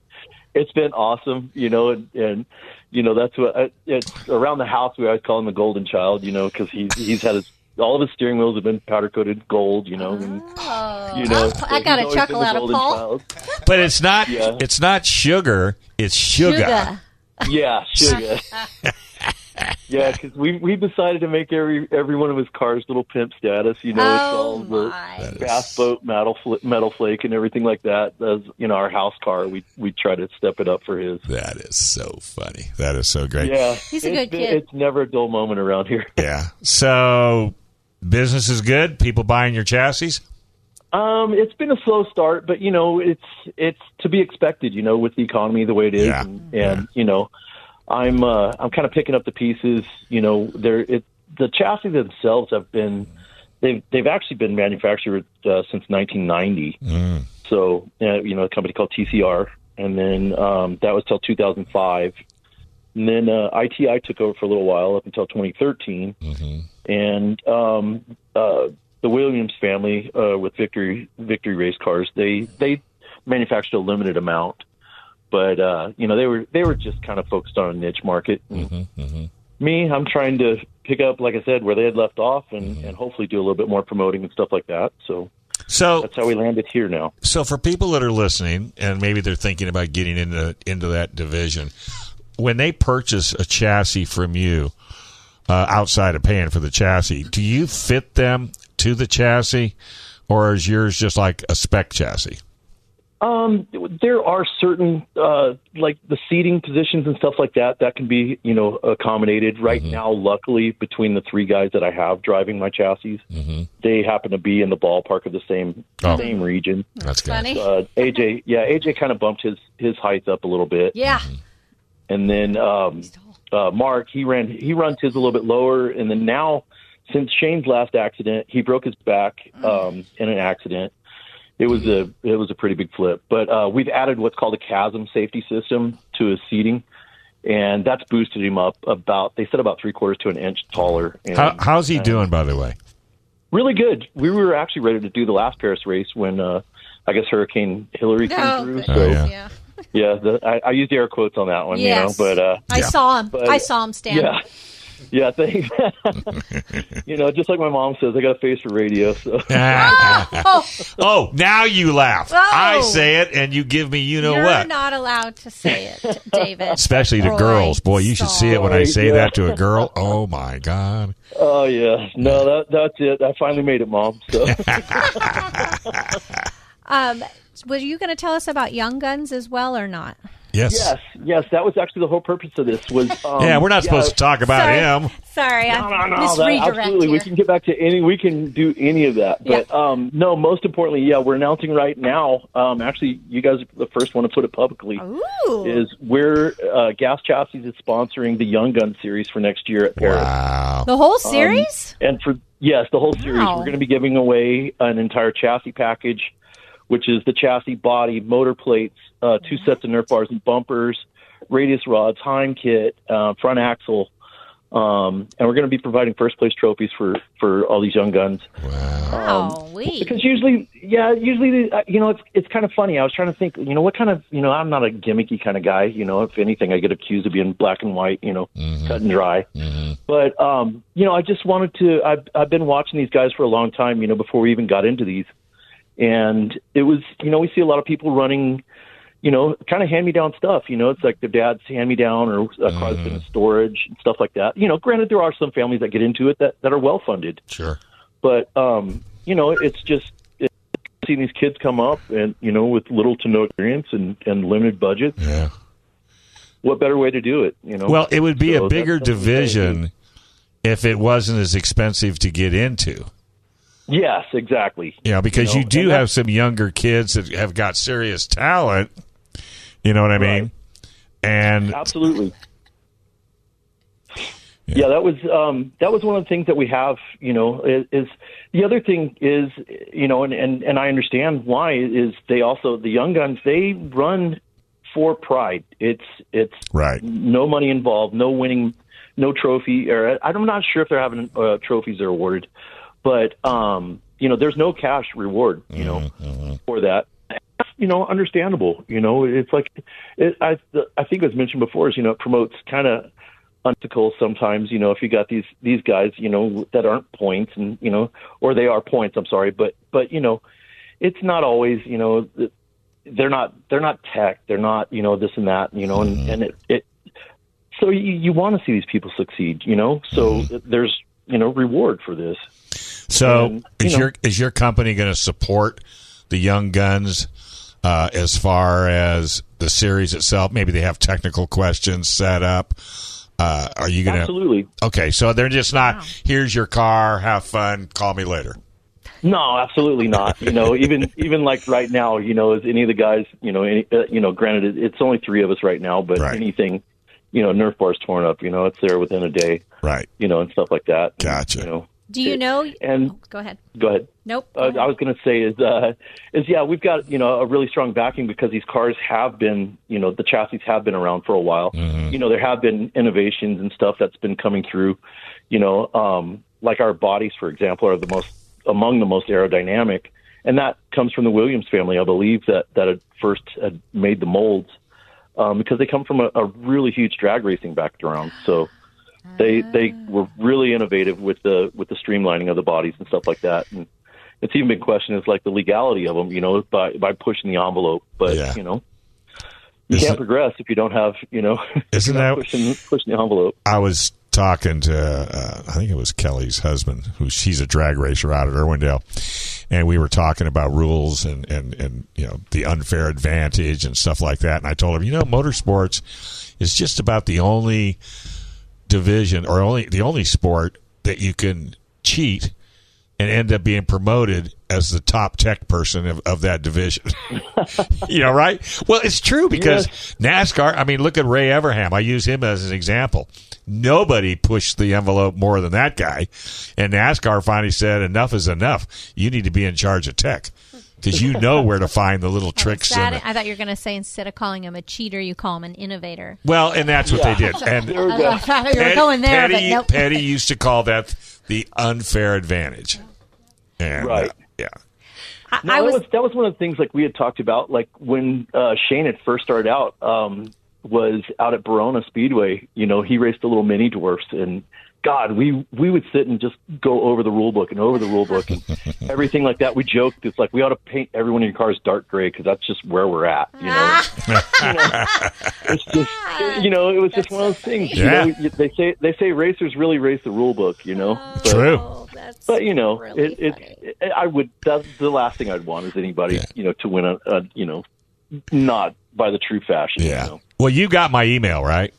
[SPEAKER 10] it's been awesome, you know, and, and you know that's what I, it's around the house we always call him the golden child, you know, because he's he's had his all of his steering wheels have been powder coated gold, you know. and-
[SPEAKER 4] Oh,
[SPEAKER 10] you know,
[SPEAKER 4] I- I
[SPEAKER 10] so
[SPEAKER 4] got
[SPEAKER 10] he's
[SPEAKER 4] a
[SPEAKER 10] always
[SPEAKER 4] chuckle
[SPEAKER 10] been the
[SPEAKER 4] out of
[SPEAKER 10] golden
[SPEAKER 4] Paul.
[SPEAKER 10] child.
[SPEAKER 3] But it's not. It's not sugar. It's sugar.
[SPEAKER 4] Sugar.
[SPEAKER 10] Yeah, sugar. yeah, because we we decided to make every every one of his cars little pimp status. You know,
[SPEAKER 4] Oh,
[SPEAKER 10] it's all the bass boat metal fl- metal flake and everything like that. As you know, our house car, we we try to step it up for his.
[SPEAKER 3] That is so funny. That is so great.
[SPEAKER 10] Yeah,
[SPEAKER 4] He's a
[SPEAKER 10] It's
[SPEAKER 4] good
[SPEAKER 10] been-
[SPEAKER 4] kid.
[SPEAKER 10] It's never a dull moment around here.
[SPEAKER 3] Yeah. So business is good. People buying your chassis.
[SPEAKER 10] Um, it's been a slow start, but you know, it's it's to be expected. You know, with the economy the way it is,
[SPEAKER 3] Yeah.
[SPEAKER 10] and, and you know, I'm uh, I'm kind of picking up the pieces. You know, there it the chassis themselves have been they've they've actually been manufactured uh, since 1990.
[SPEAKER 3] Mm.
[SPEAKER 10] So uh, you know, a company called TCR, and then um, that was till 2005. And then uh, ITI took over for a little while up until 2013, and um, uh, the Williams family uh, with Victory Victory Race Cars they they manufactured a limited amount, but uh, you know they were they were just kind of focused on a niche market. Me, I'm trying to pick up, like I said, where they had left off, and, and hopefully do a little bit more promoting and stuff like that. So
[SPEAKER 3] So
[SPEAKER 10] that's how we landed here now.
[SPEAKER 3] So for people that are listening and maybe they're thinking about getting into into that division, when they purchase a chassis from you, uh, outside of paying for the chassis, do you fit them to the chassis, or is yours just like a spec chassis?
[SPEAKER 10] Um, there are certain uh, like the seating positions and stuff like that that can be you know accommodated. Right now, luckily, between the three guys that I have driving my chassis, they happen to be in the ballpark of the same
[SPEAKER 3] Oh.
[SPEAKER 10] same region.
[SPEAKER 3] That's good.
[SPEAKER 4] Funny.
[SPEAKER 10] Uh, AJ, yeah, AJ kind of bumped his his height up a little bit,
[SPEAKER 4] yeah.
[SPEAKER 10] and then um, uh, Mark he ran he runs his a little bit lower, and then now since Shane's last accident, he broke his back um, in an accident. It was a it was a pretty big flip, but uh, we've added what's called a chasm safety system to his seating, and that's boosted him up about they said about three quarters to an inch taller. And
[SPEAKER 3] How, how's he doing, by the way?
[SPEAKER 10] Really good. We were actually ready to do the last Paris race when uh, I guess Hurricane Hillary
[SPEAKER 4] Oh,
[SPEAKER 10] came through.
[SPEAKER 4] goodness,
[SPEAKER 10] So
[SPEAKER 3] yeah.
[SPEAKER 4] yeah.
[SPEAKER 10] yeah, the, I, I used air quotes on that one,
[SPEAKER 4] Yes.
[SPEAKER 10] you know. But uh,
[SPEAKER 4] I saw him.
[SPEAKER 10] But-
[SPEAKER 4] I saw him stand.
[SPEAKER 10] yeah, yeah, thanks. you know, just like my mom says, I got a face for radio. So
[SPEAKER 4] Oh,
[SPEAKER 3] oh, now you laugh.
[SPEAKER 4] Oh.
[SPEAKER 3] I say it, and you give me you know
[SPEAKER 4] you're
[SPEAKER 3] what.
[SPEAKER 4] not allowed to say it, David.
[SPEAKER 3] Especially to
[SPEAKER 4] Or
[SPEAKER 3] girls.
[SPEAKER 4] I
[SPEAKER 3] Boy, you should
[SPEAKER 4] saw
[SPEAKER 3] see it when I say
[SPEAKER 10] Yeah.
[SPEAKER 3] that to a girl. Oh, my God.
[SPEAKER 10] oh yeah, no, that, that's it. I finally made it, mom. So
[SPEAKER 4] Um, were you going to tell us about Young Guns as well or not?
[SPEAKER 3] Yes.
[SPEAKER 10] yes, yes, that was actually the whole purpose of this was. Um,
[SPEAKER 3] Yeah, we're not supposed to talk about
[SPEAKER 4] Sorry.
[SPEAKER 3] him.
[SPEAKER 4] Sorry,
[SPEAKER 10] No,
[SPEAKER 4] I
[SPEAKER 10] no, no, that-
[SPEAKER 4] misredirect
[SPEAKER 10] absolutely.
[SPEAKER 4] here.
[SPEAKER 10] We can get back to any. We can do any of that. But um, no, most importantly, yeah, we're announcing right now. Um, actually, you guys are the first one to put it publicly.
[SPEAKER 4] Ooh.
[SPEAKER 10] Is we're uh, Gas Chassis is sponsoring the Young Gun series for next year at Paris.
[SPEAKER 3] Wow.
[SPEAKER 4] the whole
[SPEAKER 10] um,
[SPEAKER 4] series?
[SPEAKER 10] And for yes, the whole series,
[SPEAKER 4] Wow.
[SPEAKER 10] we're going to be giving away an entire chassis package, which is the chassis, body, motor plates, uh, two sets of Nerf bars and bumpers, radius rods, Heim kit, uh, front axle, Um, and we're going to be providing first place trophies for, for all these young guns. Um,
[SPEAKER 4] Wow.
[SPEAKER 10] because usually, yeah, usually, uh, you know, it's it's kind of funny. I was trying to think, you know, what kind of, you know, I'm not a gimmicky kind of guy. You know, if anything, I get accused of being black and white, you know, cut and dry. But, um, you know, I just wanted to, I've, I've been watching these guys for a long time, you know, before we even got into these. And it was, you know, we see a lot of people running, you know, kind of hand me down stuff. You know, it's like their dad's hand me down or a closet in storage and stuff like that. You know, granted, there are some families that get into it that, that are well funded.
[SPEAKER 3] Sure.
[SPEAKER 10] But, um, you know, it's just it's seeing these kids come up and, you know, with little to no experience and, and limited budgets.
[SPEAKER 3] Yeah.
[SPEAKER 10] What better way to do it? You know,
[SPEAKER 3] Well, it would be
[SPEAKER 10] So
[SPEAKER 3] a bigger
[SPEAKER 10] that's something that I
[SPEAKER 3] division if it wasn't as expensive to get into.
[SPEAKER 10] do. Yes, exactly.
[SPEAKER 3] Yeah, because you,
[SPEAKER 10] know,
[SPEAKER 3] do
[SPEAKER 10] and
[SPEAKER 3] have some younger kids that have got serious talent. You know what I mean? And
[SPEAKER 10] absolutely yeah. that was um that was one of the things that we have you know is, is the other thing is you know and, and and i understand why is they also the young guns they run for pride it's it's
[SPEAKER 3] right
[SPEAKER 10] no money involved no winning no trophy or i'm not sure if they're having uh, trophies are awarded but um you know there's no cash reward you know for that you know understandable you know it's like it, i i think it was mentioned before is you know it promotes kind of obstacles sometimes you know if you got these these guys you know that aren't points and you know or they are points i'm sorry but but you know it's not always you know th- they're not they're not tech they're not you know this and that you know and and it, it so you, you want to see these people succeed you know so there's you know reward for this
[SPEAKER 3] so
[SPEAKER 10] And, you
[SPEAKER 3] is
[SPEAKER 10] know.
[SPEAKER 3] your is your company going to support the young guns uh, as far as the series itself? Maybe they have technical questions set up. Uh, are you going to
[SPEAKER 10] Absolutely.
[SPEAKER 3] Okay, so they're just not. Here's your car. Have fun. Call me later.
[SPEAKER 10] No, absolutely not. You know, even even like right now, you know, as any of the guys, you know, any, uh, you know, granted, it- it's only three of us right now, but anything, you know, Nerf bar's torn up. You know, it's there within a day,
[SPEAKER 3] right?
[SPEAKER 10] You know, and stuff like that. Gotcha. you know,
[SPEAKER 4] Do you know? Oh,
[SPEAKER 10] and
[SPEAKER 4] Go ahead.
[SPEAKER 10] go ahead.
[SPEAKER 4] Nope.
[SPEAKER 10] Uh, I was going to say is uh, is yeah, we've got you know a really strong backing because these cars have been you know the chassis have been around for a while. You know there have been innovations and stuff that's been coming through. You know, um, like our bodies, for example, are the most among the most aerodynamic, and that comes from the Williams family, I believe that that had first had made the molds um, because they come from a, a really huge drag racing background. So they they were really innovative with the with the streamlining of the bodies and stuff like that. And it's even been questioned as like the legality of them, you know, by by pushing the envelope. But you know, you
[SPEAKER 3] Isn't-
[SPEAKER 10] can't progress if you don't have you know
[SPEAKER 3] isn't
[SPEAKER 10] that
[SPEAKER 3] that
[SPEAKER 10] pushing pushing the envelope.
[SPEAKER 3] I was talking to uh, I think it was Kelly's husband, who she's a drag racer out at Irwindale, and we were talking about rules and and and you know the unfair advantage and stuff like that. And I told him, you know, motorsports is just about the only division or only the only sport that you can cheat and end up being promoted as the top tech person of, of that division. you know, right? Well, it's true because NASCAR, I mean, look at Ray Everham. I use him as an example. Nobody pushed the envelope more than that guy. And NASCAR finally said, enough is enough. You need to be in charge of tech because you know where to find the little tricks. And
[SPEAKER 4] That, I thought you were going to say instead of calling him a cheater, you call him an innovator.
[SPEAKER 3] well, and that's what they did. And
[SPEAKER 4] There we go. I thought you were going there, but
[SPEAKER 3] Petty,
[SPEAKER 4] nope.
[SPEAKER 3] Petty used to call that the unfair advantage. And, uh,
[SPEAKER 10] Right.
[SPEAKER 3] yeah.
[SPEAKER 10] No, that was, that was one of the things like we had talked about, like when uh, Shane had first started out, um, was out at Barona Speedway. You know, he raced the little mini dwarfs, and God, we we would sit and just go over the rule book and over the rule book and everything like that. We joked it's like we ought to paint everyone in your cars dark gray because that's just where we're at. You know, You know, it's just you know, it was just one of those things. you
[SPEAKER 3] Yeah.
[SPEAKER 10] know, You they say they say racers really race the rule book. You know, But-
[SPEAKER 3] True.
[SPEAKER 10] but you know, it, it, it, I would. That's the last thing I'd want is anybody, you know, to win a, a, you know, not by the true fashion. Yeah.
[SPEAKER 3] Well, you got my email, right?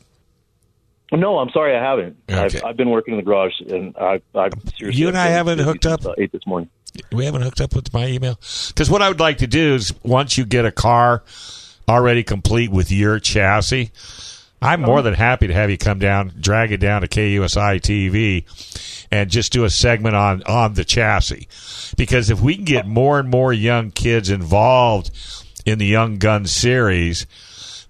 [SPEAKER 10] No, I'm sorry, I haven't.
[SPEAKER 3] Okay.
[SPEAKER 10] I've, I've been working in the garage, and I, I seriously.
[SPEAKER 3] You and I
[SPEAKER 10] I've been
[SPEAKER 3] haven't
[SPEAKER 10] busy
[SPEAKER 3] hooked
[SPEAKER 10] since
[SPEAKER 3] up?
[SPEAKER 10] about Eight this morning.
[SPEAKER 3] We haven't hooked up with my email. Because what I would like to do is once you get a car already complete with your chassis, I'm more than happy to have you come down, drag it down to KUSI TV, and just do a segment on, on the chassis. Because if we can get more and more young kids involved in the Young Gun series,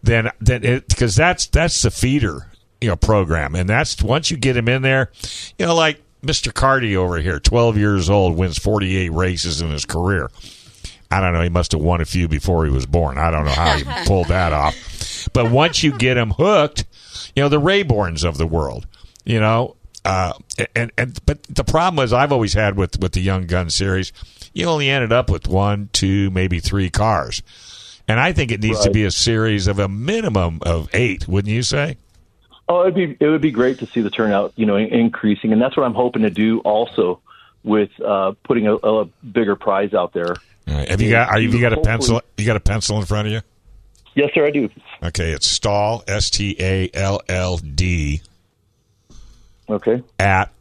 [SPEAKER 3] then then because that's that's the feeder you know program, and that's once you get him in there, you know, like Mister Carty over here, twelve years old, wins forty eight races in his career. I don't know. He must have won a few before he was born. I don't know how he pulled that off. But once you get him hooked, you know the Rayborns of the world. You know, uh, and and but the problem is I've always had with with the Young Gun series, you only ended up with one, two, maybe three cars, and I think it needs to
[SPEAKER 10] Right.
[SPEAKER 3] be a series of a minimum of eight. Wouldn't you say?
[SPEAKER 10] Oh, it'd be it would be great to see the turnout, you know, in- increasing, and that's what I'm hoping to do also with uh, putting a, a bigger prize out there.
[SPEAKER 3] Have you got? Are you, have you got a
[SPEAKER 10] Hopefully-
[SPEAKER 3] pencil? You got a pencil in front of you?
[SPEAKER 10] Yes, sir, I do.
[SPEAKER 3] Okay, it's stall s t a l l d.
[SPEAKER 10] Okay.
[SPEAKER 3] At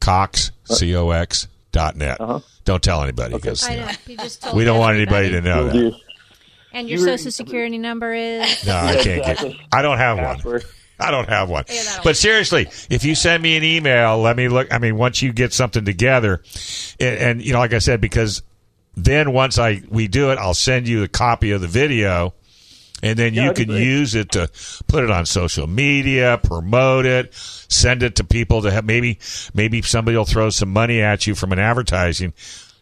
[SPEAKER 3] Cox c o x dot net. Don't tell anybody because
[SPEAKER 4] I
[SPEAKER 3] you know,
[SPEAKER 4] know. You just told
[SPEAKER 3] we don't want
[SPEAKER 4] everybody.
[SPEAKER 3] anybody to know that.
[SPEAKER 4] And your
[SPEAKER 10] You were-
[SPEAKER 4] social security number is.
[SPEAKER 3] No, I can't get. I don't have one. I don't have one. But seriously, if you send me an email, let me look. I mean, once you get something together, and, and you know, like I said, because then once I we do it, I'll send you a copy of the video, and then you can use it to put it on social media, promote it, send it to people to have maybe maybe somebody will throw some money at you from an advertising.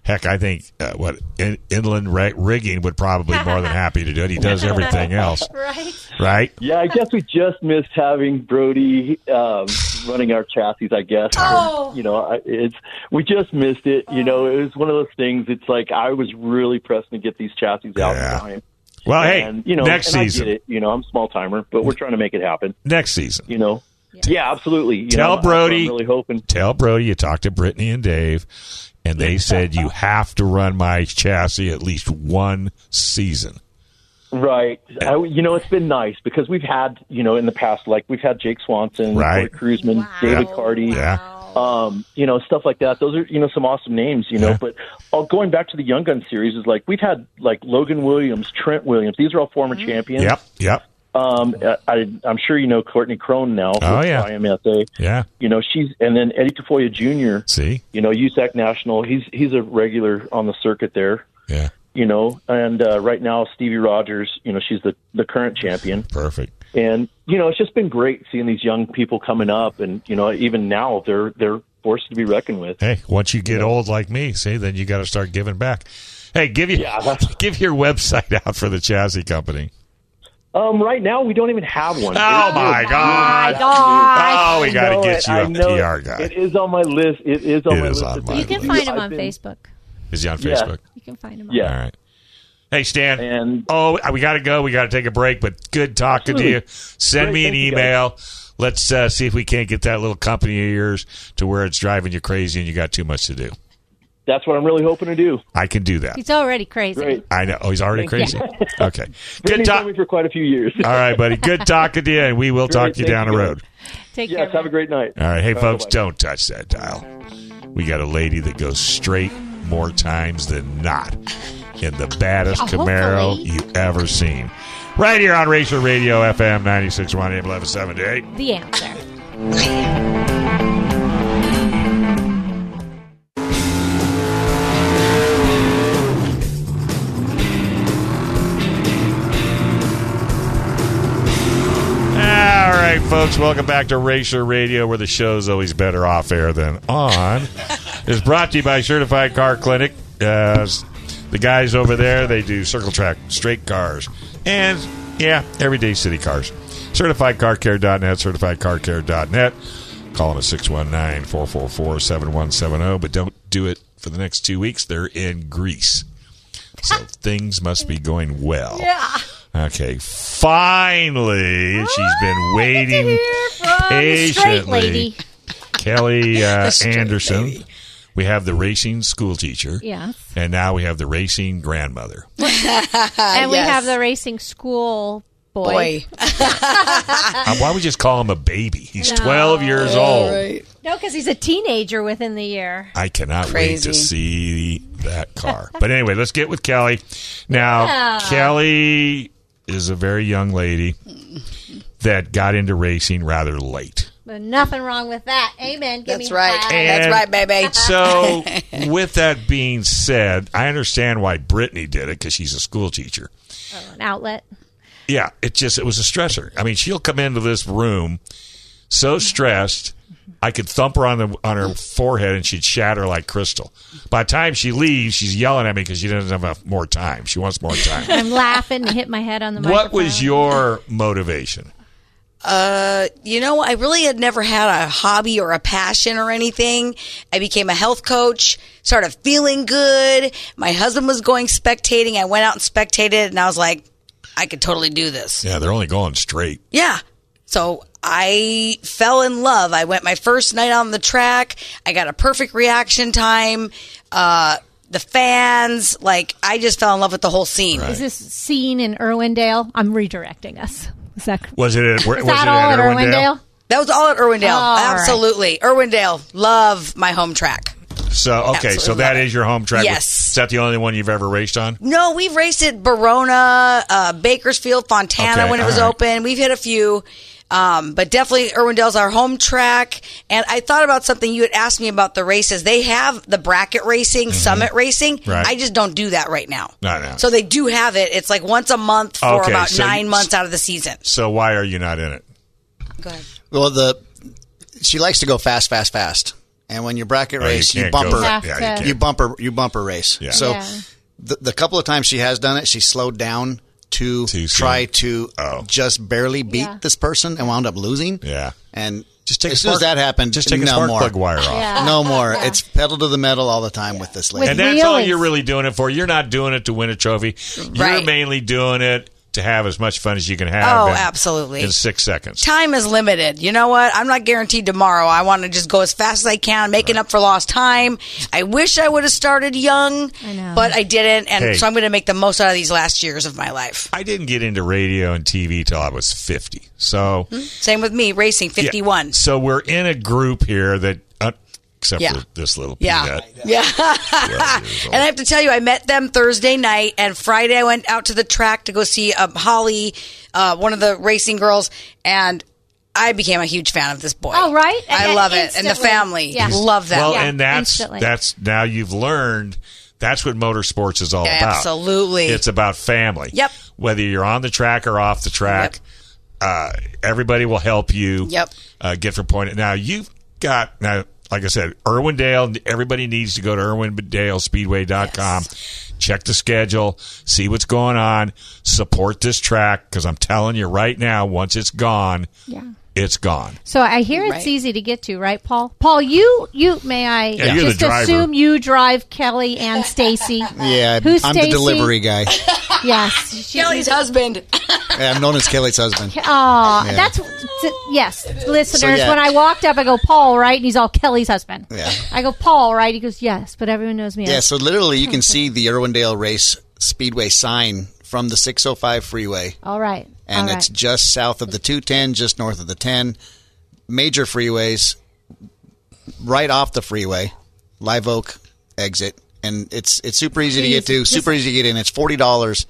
[SPEAKER 3] Heck, I think uh, what in, inland ri- rigging would probably be more than happy to do it. He does everything else,
[SPEAKER 4] right?
[SPEAKER 3] right?
[SPEAKER 10] Yeah, I guess we just missed having Brody um, running our chassis. I guess
[SPEAKER 4] Oh.
[SPEAKER 10] you know, I, it's we just missed it. You know, it was one of those things. It's like I was really pressing to get these chassis out in time.
[SPEAKER 3] Well, Oh, hey,
[SPEAKER 10] And, you know,
[SPEAKER 3] next
[SPEAKER 10] and I get
[SPEAKER 3] season.
[SPEAKER 10] it. you know, I'm a small timer, but we're trying to make it happen.
[SPEAKER 3] Next season,
[SPEAKER 10] you know. Yeah, absolutely. You
[SPEAKER 3] Tell
[SPEAKER 10] know, I'm-
[SPEAKER 3] Brody.
[SPEAKER 10] I'm really hoping.
[SPEAKER 3] Tell Brody you talked to Brittany and Dave, and they said you have to run my chassis at least one season.
[SPEAKER 10] Right. I, you know, it's been nice because we've had, you know, in the past, like we've had Jake Swanson,
[SPEAKER 3] Right.
[SPEAKER 10] Corey Cruzman, David Cardy, um, you know, stuff like that. Those are, you know, some awesome names, you know. But all, going back to the Young Gun series is like we've had like Logan Williams, Trent Williams. These are all former champions.
[SPEAKER 3] Yep, yep.
[SPEAKER 10] Um, I, I'm sure you know Courtney Crone now.
[SPEAKER 3] Oh,
[SPEAKER 10] with
[SPEAKER 3] yeah.
[SPEAKER 10] IMSA.
[SPEAKER 3] Yeah.
[SPEAKER 10] You know, she's and then Eddie Tafoya Jr.
[SPEAKER 3] See?
[SPEAKER 10] You know, USAC National. He's he's a regular on the circuit there.
[SPEAKER 3] Yeah.
[SPEAKER 10] You know, and uh, right now Stevie Rogers, you know, she's the the current champion.
[SPEAKER 3] Perfect.
[SPEAKER 10] And you know, it's just been great seeing these young people coming up and you know, even now they're they're forced to be reckoned with.
[SPEAKER 3] Hey, once you get old like me, see, then you got to start giving back. Hey, give you give your website out for the chassis company.
[SPEAKER 10] Um, right now we don't even have one.
[SPEAKER 3] Oh,
[SPEAKER 10] It's-
[SPEAKER 3] my
[SPEAKER 10] it's-
[SPEAKER 3] God. Oh, we
[SPEAKER 10] I
[SPEAKER 3] gotta
[SPEAKER 10] know
[SPEAKER 3] get
[SPEAKER 10] it.
[SPEAKER 3] you
[SPEAKER 10] I
[SPEAKER 3] a
[SPEAKER 10] know
[SPEAKER 3] PR
[SPEAKER 10] it.
[SPEAKER 3] guy.
[SPEAKER 10] It is on my list. It is on
[SPEAKER 3] It
[SPEAKER 10] my
[SPEAKER 3] is
[SPEAKER 10] list.
[SPEAKER 3] on
[SPEAKER 10] It's
[SPEAKER 3] my
[SPEAKER 4] You can find him
[SPEAKER 10] I've
[SPEAKER 4] on
[SPEAKER 10] been-
[SPEAKER 4] Facebook.
[SPEAKER 3] Is he on
[SPEAKER 10] Yeah.
[SPEAKER 3] Facebook?
[SPEAKER 4] You can find him.
[SPEAKER 10] Yeah.
[SPEAKER 3] All right. Hey, Stan. oh, we got to go. We got to take a break, but good talking
[SPEAKER 10] Absolutely.
[SPEAKER 3] to you. Send
[SPEAKER 10] Great.
[SPEAKER 3] me an
[SPEAKER 10] Thank you, guys.
[SPEAKER 3] email. Let's uh, see if we can't get that little company of yours to where it's driving you crazy and you got too much to do.
[SPEAKER 10] That's what I'm really hoping to do.
[SPEAKER 3] I can do that.
[SPEAKER 4] He's already crazy.
[SPEAKER 3] I know. Oh, he's already
[SPEAKER 4] Thank
[SPEAKER 3] crazy.
[SPEAKER 4] you.
[SPEAKER 3] Okay.
[SPEAKER 10] Good talk for quite a few years.
[SPEAKER 3] All right, buddy. Good talking to you, and we will talk to you
[SPEAKER 10] Thank
[SPEAKER 3] down
[SPEAKER 10] you,
[SPEAKER 3] the
[SPEAKER 10] guys.
[SPEAKER 3] road.
[SPEAKER 4] Take
[SPEAKER 10] yes, have a great night.
[SPEAKER 3] All right. Hey,
[SPEAKER 10] All right,
[SPEAKER 3] folks,
[SPEAKER 10] bye-bye.
[SPEAKER 3] don't touch that dial. We got a lady that goes straight more times than not in the baddest
[SPEAKER 11] Yeah,
[SPEAKER 3] Camaro you ever seen. Right here on Racer Radio FM 961 AM 1178.
[SPEAKER 4] The answer.
[SPEAKER 3] All right, folks, welcome back to Racer Radio, where the show's always better off air than on. it's brought to you by Certified Car Clinic. Uh, the guys over there, they do circle track, straight cars, and yeah, everyday city cars. CertifiedCarCare.net, CertifiedCarCare.net. Call them at 619 444 7170, oh, but don't do it for the next two weeks. They're in Greece. So things must be going well.
[SPEAKER 11] Yeah.
[SPEAKER 3] Okay, finally, she's
[SPEAKER 11] Ah,
[SPEAKER 3] been waiting
[SPEAKER 11] the straight
[SPEAKER 3] patiently.
[SPEAKER 11] lady.
[SPEAKER 3] Kelly uh,
[SPEAKER 11] The straight
[SPEAKER 3] Anderson. We have the racing school teacher.
[SPEAKER 4] Yes.
[SPEAKER 3] And now we have the racing grandmother.
[SPEAKER 4] and we
[SPEAKER 8] Uh, Yes.
[SPEAKER 4] have the racing school boy.
[SPEAKER 8] Boy.
[SPEAKER 3] Uh, why we just call him a baby? He's
[SPEAKER 4] No.
[SPEAKER 3] 12 years old.
[SPEAKER 4] No, because he's a teenager within the year.
[SPEAKER 3] I cannot wait
[SPEAKER 4] Crazy.
[SPEAKER 3] to see that car. But anyway, let's get with Kelly. Now,
[SPEAKER 4] Yeah.
[SPEAKER 3] Kelly is a very young lady that got into racing rather late.
[SPEAKER 4] But nothing wrong with that. Amen. Give
[SPEAKER 8] Oh, That's
[SPEAKER 4] me
[SPEAKER 8] right.
[SPEAKER 4] five.
[SPEAKER 3] And
[SPEAKER 8] baby.
[SPEAKER 3] So, with that being said, I understand why Brittany did it because she's a school teacher.
[SPEAKER 4] An outlet.
[SPEAKER 3] yeah, it just it was a stressor. I mean, she'll come into this room so stressed, I could thump her on the on her forehead and she'd shatter like crystal. By the time she leaves, she's yelling at me because she doesn't have enough more time. She wants more time.
[SPEAKER 4] I'm laughing and hit my head on the
[SPEAKER 3] what was your motivation?
[SPEAKER 8] Uh, you know, I really had never had a hobby or a passion or anything. I became a health coach, started feeling good. My husband was going spectating. I went out and spectated, and I was like, I could totally do this.
[SPEAKER 3] Yeah, they're only going straight.
[SPEAKER 8] Yeah. So I fell in love. I went my first night on the track. I got a perfect reaction time. Uh, the fans, like, I just fell in love with the whole scene.
[SPEAKER 4] Is this scene in Irwindale? I'm redirecting us. Is that
[SPEAKER 3] Was it at, where-
[SPEAKER 4] Is
[SPEAKER 3] was
[SPEAKER 4] that
[SPEAKER 3] it
[SPEAKER 4] all
[SPEAKER 3] at
[SPEAKER 4] at
[SPEAKER 3] Irwindale?
[SPEAKER 4] Irwindale?
[SPEAKER 8] That was all at Irwindale.
[SPEAKER 4] All right.
[SPEAKER 8] Absolutely. Irwindale. Love my home track.
[SPEAKER 3] So okay, so
[SPEAKER 8] Absolutely
[SPEAKER 3] that is your home track.
[SPEAKER 8] Yes.
[SPEAKER 3] Is that the only one you've ever raced on?
[SPEAKER 4] Mm.
[SPEAKER 8] No, we've raced at Barona, uh, Bakersfield, Fontana
[SPEAKER 3] Okay,
[SPEAKER 8] when it
[SPEAKER 3] all
[SPEAKER 8] was
[SPEAKER 3] right.
[SPEAKER 8] open. We've hit a few. Um, but definitely Irwindale's our home track. And I thought about something you had asked me about the races. They have the bracket racing, summit racing.
[SPEAKER 3] Mm-hmm. Right.
[SPEAKER 8] I just don't do that right now.
[SPEAKER 3] No, no.
[SPEAKER 8] So they do have it. It's like once a month for
[SPEAKER 3] Okay,
[SPEAKER 8] about
[SPEAKER 3] so
[SPEAKER 8] nine
[SPEAKER 3] you-
[SPEAKER 8] months out of the season.
[SPEAKER 3] So why are you not in it?
[SPEAKER 8] Go ahead.
[SPEAKER 7] Well, the she likes to go fast, fast, fast, and when you bracket
[SPEAKER 3] Oh, you
[SPEAKER 7] race, you,
[SPEAKER 3] can't go
[SPEAKER 7] bumper,
[SPEAKER 3] fast. Yeah, you Yeah. can't.
[SPEAKER 7] you bumper, you bumper race.
[SPEAKER 3] Yeah.
[SPEAKER 7] So
[SPEAKER 3] Yeah.
[SPEAKER 7] The, the couple of times she has done it, she slowed down to try to just barely beat
[SPEAKER 4] Yeah.
[SPEAKER 7] this person and wound up losing.
[SPEAKER 3] Oh. Yeah,
[SPEAKER 7] and
[SPEAKER 3] just
[SPEAKER 7] as soon as that happened,
[SPEAKER 3] just take
[SPEAKER 7] no
[SPEAKER 3] a spark
[SPEAKER 7] more.
[SPEAKER 3] plug wire off.
[SPEAKER 4] Yeah.
[SPEAKER 7] No more. It's pedal to the metal all the time with this lady.
[SPEAKER 3] and that's all you're really doing it for. You're not doing it to win a trophy. You're
[SPEAKER 8] Right.
[SPEAKER 3] mainly doing it to have as much fun as you can have.
[SPEAKER 8] Oh,
[SPEAKER 3] in-
[SPEAKER 8] absolutely.
[SPEAKER 3] In six seconds.
[SPEAKER 8] Time is limited. You know what? I'm not guaranteed tomorrow. I want to just go as fast as I can, making up for lost time. I wish I would have started young, but I didn't. And
[SPEAKER 3] Hey.
[SPEAKER 8] so I'm going to make the most out of these last years of my life.
[SPEAKER 3] I didn't get into radio and TV till I was fifty. So
[SPEAKER 8] Same with me, racing 51.
[SPEAKER 3] Yeah. So we're in a group here that, uh, except
[SPEAKER 8] Yeah.
[SPEAKER 3] for this little
[SPEAKER 8] Yeah.
[SPEAKER 3] peanut.
[SPEAKER 8] Yeah. and I have to tell you, I met them Thursday night, and Friday I went out to the track to go see um, Holly, uh, one of the racing girls, and I became a huge fan of this boy.
[SPEAKER 4] Oh, right?
[SPEAKER 8] I
[SPEAKER 4] Yeah,
[SPEAKER 8] love it. And the
[SPEAKER 4] instantly.
[SPEAKER 8] family.
[SPEAKER 4] Yeah.
[SPEAKER 8] Love that.
[SPEAKER 3] Well, and that's that's now you've learned that's what motorsports is all about.
[SPEAKER 8] Absolutely.
[SPEAKER 3] it's about family.
[SPEAKER 8] Yep.
[SPEAKER 3] Whether you're on the track or off the track, uh, everybody will help you.
[SPEAKER 8] Yep.
[SPEAKER 3] Uh, get from point. Now you've got now, like I said, Irwindale. Everybody needs to go to irwindalespeedway.com. Check the schedule, see what's going on, support this track because I'm telling you right now, once it's gone,
[SPEAKER 4] Yeah.
[SPEAKER 3] it's gone.
[SPEAKER 4] So I hear it's
[SPEAKER 8] Right.
[SPEAKER 4] easy to get to, right, Paul? Paul, you you may I
[SPEAKER 3] Yeah, you're the
[SPEAKER 4] just
[SPEAKER 3] driver.
[SPEAKER 4] assume you drive Kelly and Stacy.
[SPEAKER 7] Yeah,
[SPEAKER 4] Who's
[SPEAKER 7] I'm
[SPEAKER 4] Stacy?
[SPEAKER 7] the delivery guy.
[SPEAKER 4] Yes, she-
[SPEAKER 8] Kelly's husband.
[SPEAKER 7] Yeah, I'm known as Kelly's husband.
[SPEAKER 4] Oh,
[SPEAKER 7] Yeah.
[SPEAKER 4] that's t- yes, listeners.
[SPEAKER 7] yeah.
[SPEAKER 4] When I walked up, I go Paul, right? And he's all Kelly's husband.
[SPEAKER 7] Yeah.
[SPEAKER 4] I go Paul, right? He goes yes, but everyone knows me. as
[SPEAKER 7] Yeah, so literally you can see the Irwindale Race Speedway sign from the 605 freeway,
[SPEAKER 4] all right,
[SPEAKER 7] and
[SPEAKER 4] all
[SPEAKER 7] it's
[SPEAKER 4] right.
[SPEAKER 7] just south of the 210, just north of the 10. Major freeways, right off the freeway, Live Oak exit, and it's it's super easy to get to,
[SPEAKER 4] Jeez,
[SPEAKER 7] super easy to get in. It's forty dollars,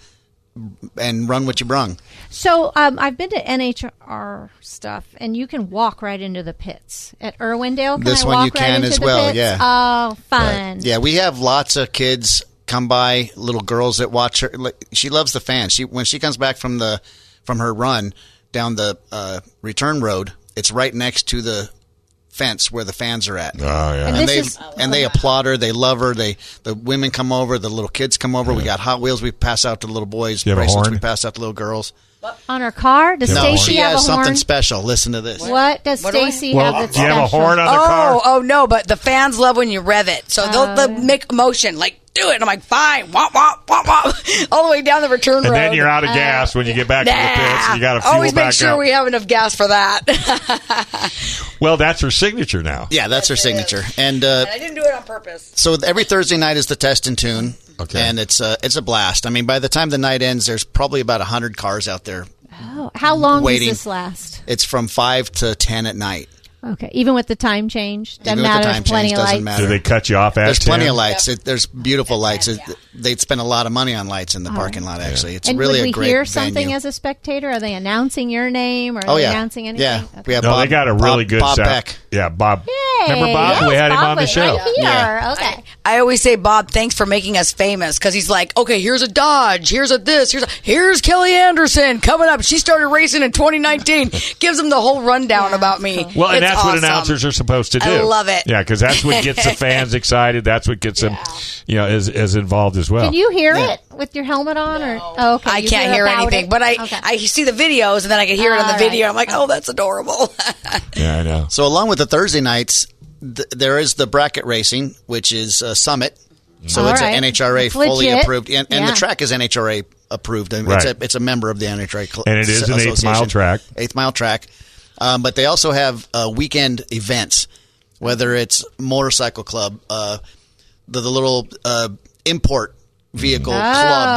[SPEAKER 7] and run what you brung.
[SPEAKER 4] So um, I've been to NHR stuff, and you can walk right into the pits at Irwindale. Can
[SPEAKER 7] This
[SPEAKER 4] I
[SPEAKER 7] one
[SPEAKER 4] walk
[SPEAKER 7] you
[SPEAKER 4] right
[SPEAKER 7] can
[SPEAKER 4] into
[SPEAKER 7] as
[SPEAKER 4] the
[SPEAKER 7] well,
[SPEAKER 4] pits?
[SPEAKER 7] yeah.
[SPEAKER 4] Oh, fun.
[SPEAKER 7] Yeah, we have lots of kids come by, little girls that watch her. Like, She loves the fans. She when she comes back from the from her run down the uh, return road, it's right next to the fence where the fans are at. Oh
[SPEAKER 3] yeah.
[SPEAKER 7] And,
[SPEAKER 4] And this
[SPEAKER 7] they
[SPEAKER 4] is-
[SPEAKER 7] and they applaud her, they love her, they the women come over, the little kids come over. We got Hot Wheels we pass out to little boys,
[SPEAKER 3] You have a
[SPEAKER 7] bracelets
[SPEAKER 3] horn?
[SPEAKER 7] we pass out to little girls.
[SPEAKER 4] On her car, does
[SPEAKER 7] No,
[SPEAKER 4] Stacy
[SPEAKER 7] she
[SPEAKER 4] have a
[SPEAKER 7] has something
[SPEAKER 4] horn?
[SPEAKER 7] special. Listen to this.
[SPEAKER 4] What does Stacy
[SPEAKER 7] Well,
[SPEAKER 4] have? That's
[SPEAKER 7] do you have a
[SPEAKER 4] special?
[SPEAKER 7] horn on the
[SPEAKER 8] oh, oh no, but the fans love when you rev it. So they'll,
[SPEAKER 7] Uh.
[SPEAKER 8] they'll Oh. make a motion like do it. And I'm like, fine, womp womp womp womp, all the way down the return
[SPEAKER 3] And
[SPEAKER 8] road.
[SPEAKER 3] then you're out of gas when you get back to the pits. You got to fuel
[SPEAKER 8] Always
[SPEAKER 3] back
[SPEAKER 8] make sure
[SPEAKER 3] up.
[SPEAKER 8] we have enough gas for that.
[SPEAKER 3] well, that's her signature now.
[SPEAKER 7] Yeah, that's her signature. And uh,
[SPEAKER 8] I didn't do it on purpose.
[SPEAKER 7] So every Thursday night is the test and tune. Okay. And it's a it's a blast. I mean, by the time the night ends, there's probably about hundred cars out there.
[SPEAKER 4] Oh, how long
[SPEAKER 7] Waiting.
[SPEAKER 4] does this last?
[SPEAKER 7] It's from five to ten at night.
[SPEAKER 4] Okay, even with the time change, doesn't
[SPEAKER 7] Even with the
[SPEAKER 4] matter.
[SPEAKER 7] time
[SPEAKER 4] there's plenty
[SPEAKER 7] change,
[SPEAKER 4] of
[SPEAKER 7] doesn't
[SPEAKER 4] lights.
[SPEAKER 7] matter.
[SPEAKER 3] Do they cut you off at
[SPEAKER 7] There's plenty
[SPEAKER 3] 10?
[SPEAKER 7] of lights. It, there's beautiful lights. It, they'd spend a lot of money on lights in the parking lot. Actually, it's
[SPEAKER 4] Oh. and
[SPEAKER 7] really
[SPEAKER 4] would
[SPEAKER 7] a
[SPEAKER 4] we
[SPEAKER 7] great
[SPEAKER 4] hear something
[SPEAKER 7] venue.
[SPEAKER 4] as a spectator? Are they announcing your name? Or are
[SPEAKER 7] Oh,
[SPEAKER 4] they
[SPEAKER 7] yeah.
[SPEAKER 4] announcing anything?
[SPEAKER 7] Yeah.
[SPEAKER 4] Okay.
[SPEAKER 7] We have
[SPEAKER 3] no,
[SPEAKER 7] Bob-
[SPEAKER 3] they got a really
[SPEAKER 7] Bob-
[SPEAKER 3] good
[SPEAKER 7] Bob
[SPEAKER 3] sound.
[SPEAKER 7] Beck.
[SPEAKER 3] Yeah, Bob.
[SPEAKER 4] Yay.
[SPEAKER 3] Remember Bob? we
[SPEAKER 8] Yes,
[SPEAKER 3] had him
[SPEAKER 8] Bob
[SPEAKER 3] on the
[SPEAKER 8] was
[SPEAKER 3] show.
[SPEAKER 8] right here. I always say, Bob, thanks for making us famous because he's like, okay, here's a Dodge, here's a this, here's a, here's Kelly Anderson coming up. She started racing in 2019. Gives him the whole rundown about me.
[SPEAKER 3] Well, and
[SPEAKER 8] It's
[SPEAKER 3] that's what
[SPEAKER 8] awesome.
[SPEAKER 3] announcers are supposed to do.
[SPEAKER 8] I love it.
[SPEAKER 3] Yeah, because that's what gets the fans excited. That's what gets them, you know, as, as involved as well.
[SPEAKER 4] Can you hear it with your helmet on? Or oh, okay,
[SPEAKER 8] Oh. I
[SPEAKER 4] you
[SPEAKER 8] can't hear
[SPEAKER 4] about
[SPEAKER 8] anything,
[SPEAKER 4] it.
[SPEAKER 8] but I I see the videos and then I can hear it on the
[SPEAKER 4] All right.
[SPEAKER 8] video. I'm like, oh, that's adorable.
[SPEAKER 3] Yeah, I know.
[SPEAKER 7] So along with the Thursday nights, th- there is the bracket racing, which is uh, Summit. So
[SPEAKER 8] All
[SPEAKER 7] it's a
[SPEAKER 8] right.
[SPEAKER 7] NHRA
[SPEAKER 8] It's
[SPEAKER 7] fully
[SPEAKER 8] legit.
[SPEAKER 7] approved, and, and
[SPEAKER 8] Yeah.
[SPEAKER 7] the track is NHRA approved. I mean,
[SPEAKER 3] Right.
[SPEAKER 7] it's, a, it's a member of the NHRA, cl-
[SPEAKER 3] And it is
[SPEAKER 7] s-
[SPEAKER 3] an eighth
[SPEAKER 7] association.
[SPEAKER 3] mile track.
[SPEAKER 7] Eighth mile track, um, but they also have uh, weekend events, whether it's motorcycle club, uh, the, the little uh, import vehicle
[SPEAKER 8] Oh.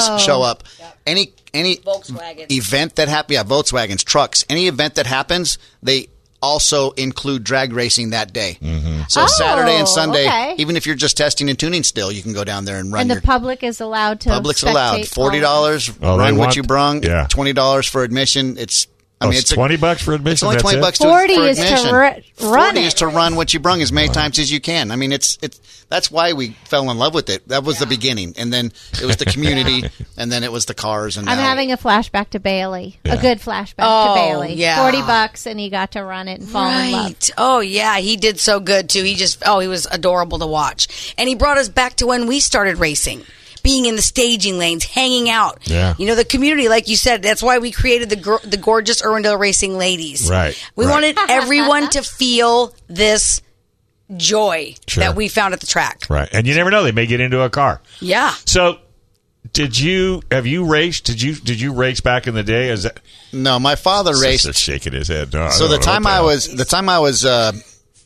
[SPEAKER 7] clubs show up. Any any
[SPEAKER 8] Volkswagen.
[SPEAKER 7] event that happens, yeah, Volkswagens, trucks, any event that happens, they also include drag racing that day. So
[SPEAKER 4] Oh,
[SPEAKER 7] Saturday and Sunday,
[SPEAKER 4] okay.
[SPEAKER 7] even if you're just testing and tuning still, you can go down there and run
[SPEAKER 4] and
[SPEAKER 7] your
[SPEAKER 4] the public is allowed to.
[SPEAKER 7] public's allowed.
[SPEAKER 4] spectate all
[SPEAKER 7] Forty
[SPEAKER 4] of
[SPEAKER 7] dollars,
[SPEAKER 3] Well, Oh, they
[SPEAKER 7] run
[SPEAKER 3] want-
[SPEAKER 7] what you brung.
[SPEAKER 3] yeah.
[SPEAKER 7] Twenty dollars for admission. It's I
[SPEAKER 3] Oh,
[SPEAKER 7] mean,
[SPEAKER 3] it's
[SPEAKER 7] it's a-
[SPEAKER 3] 20 bucks for admission,
[SPEAKER 7] It's only
[SPEAKER 3] that's
[SPEAKER 7] twenty
[SPEAKER 3] it?
[SPEAKER 7] bucks.
[SPEAKER 4] 40
[SPEAKER 7] for
[SPEAKER 4] is to
[SPEAKER 7] admission.
[SPEAKER 4] ru- run
[SPEAKER 7] Forty
[SPEAKER 4] it.
[SPEAKER 7] is to run what you brung as many times as you can. I mean, it's it's that's why we fell in love with it. That was the beginning, and then it was the community, and then it was the cars. And
[SPEAKER 4] I'm
[SPEAKER 7] now-
[SPEAKER 4] having a flashback to Bailey.
[SPEAKER 7] Yeah.
[SPEAKER 4] A good flashback
[SPEAKER 8] Oh,
[SPEAKER 4] to Bailey.
[SPEAKER 8] yeah.
[SPEAKER 4] Forty bucks, and he got to run it and fall in love.
[SPEAKER 8] Right. Oh yeah, he did so good too. He just oh he was adorable to watch, and he brought us back to when we started racing, being in the staging lanes, hanging out.
[SPEAKER 3] Yeah.
[SPEAKER 8] You know the community, like you said, that's why we created the gor the gorgeous Irwindale Racing Ladies.
[SPEAKER 3] Right.
[SPEAKER 8] We
[SPEAKER 3] right.
[SPEAKER 8] wanted everyone to feel this joy
[SPEAKER 3] Sure.
[SPEAKER 8] that we found at the track.
[SPEAKER 3] Right. And you never know; they may get into a car.
[SPEAKER 8] Yeah.
[SPEAKER 3] So, did you have you raced? Did you did you race back in the day? Is that
[SPEAKER 7] no? My father raced-
[SPEAKER 3] shaking his head. No, I
[SPEAKER 7] so
[SPEAKER 3] don't
[SPEAKER 7] the
[SPEAKER 3] know
[SPEAKER 7] time
[SPEAKER 3] what
[SPEAKER 7] I
[SPEAKER 3] hell.
[SPEAKER 7] was the time I was uh,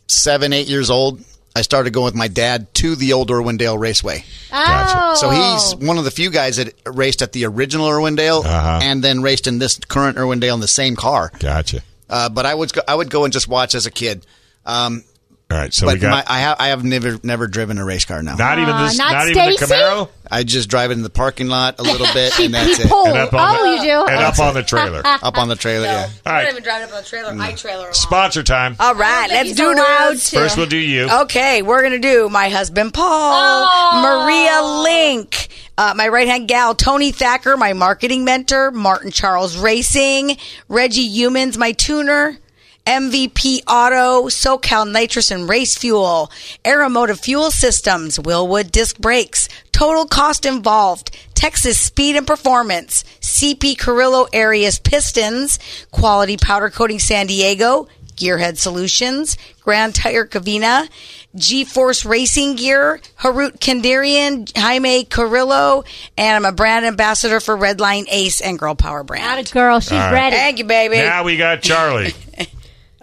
[SPEAKER 7] seven, eight years old, I started going with my dad to the old Irwindale Raceway.
[SPEAKER 4] Oh,
[SPEAKER 7] So he's one of the few guys that raced at the original Irwindale
[SPEAKER 3] Uh-huh.
[SPEAKER 7] and then raced in this current Irwindale in the same car.
[SPEAKER 3] Gotcha.
[SPEAKER 7] Uh, but I would go, I would go and just watch as a kid. Um,
[SPEAKER 3] All right, so
[SPEAKER 7] but
[SPEAKER 3] we got-
[SPEAKER 7] my, I have I have never never driven a race car now.
[SPEAKER 3] Not even
[SPEAKER 8] Ah,
[SPEAKER 3] Aw, this- not not even the Stacy? Camaro?
[SPEAKER 7] I just drive it in the parking lot a little bit, and that's
[SPEAKER 3] he
[SPEAKER 7] it.
[SPEAKER 3] pulled. And up on Oh, the- you do? and up
[SPEAKER 7] That's
[SPEAKER 3] on
[SPEAKER 7] it.
[SPEAKER 3] the trailer.
[SPEAKER 7] up on the trailer. Yeah.
[SPEAKER 3] All right.
[SPEAKER 8] even driving up on a trailer. I trailer.
[SPEAKER 3] Sponsor time.
[SPEAKER 8] All right, let's
[SPEAKER 3] He's
[SPEAKER 8] do
[SPEAKER 3] allowed
[SPEAKER 8] those.
[SPEAKER 3] to. First we'll do you.
[SPEAKER 8] Okay, we're gonna do my husband Paul, Maria Link, uh, my right hand gal Tony Thacker, my marketing mentor Martin Charles Racing, Reggie Humans, my tuner. MVP Auto, SoCal Nitrous and Race Fuel, Aeromotive Fuel Systems, Willwood Disc Brakes, Total Cost Involved, Texas Speed and Performance, CP Carrillo Areas Pistons, Quality Powder Coating San Diego, Gearhead Solutions, Grand Tire Covina, G Force Racing Gear, Harut Kandarian, Jaime Carrillo, and I'm a brand ambassador for Redline Ace and Girl Power Brand. Not
[SPEAKER 4] a girl,
[SPEAKER 3] she's All right. ready.
[SPEAKER 8] Thank you, baby.
[SPEAKER 3] Now we got Charlie.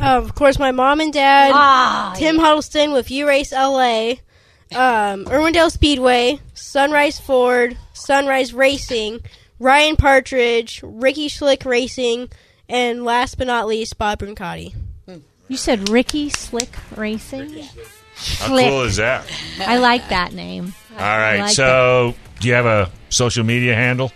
[SPEAKER 5] Um, of course, my mom and dad, Tim Huddleston with U Race LA, um, Irwindale Speedway, Sunrise Ford, Sunrise Racing, Ryan Partridge, Ricky Schlick Racing, and last but not least, Bob Bruncotti.
[SPEAKER 4] You said Ricky Slick Racing.
[SPEAKER 3] How
[SPEAKER 4] Slick.
[SPEAKER 3] cool is that?
[SPEAKER 4] I like that name.
[SPEAKER 3] All right.
[SPEAKER 5] like
[SPEAKER 3] so, do you have a social media handle?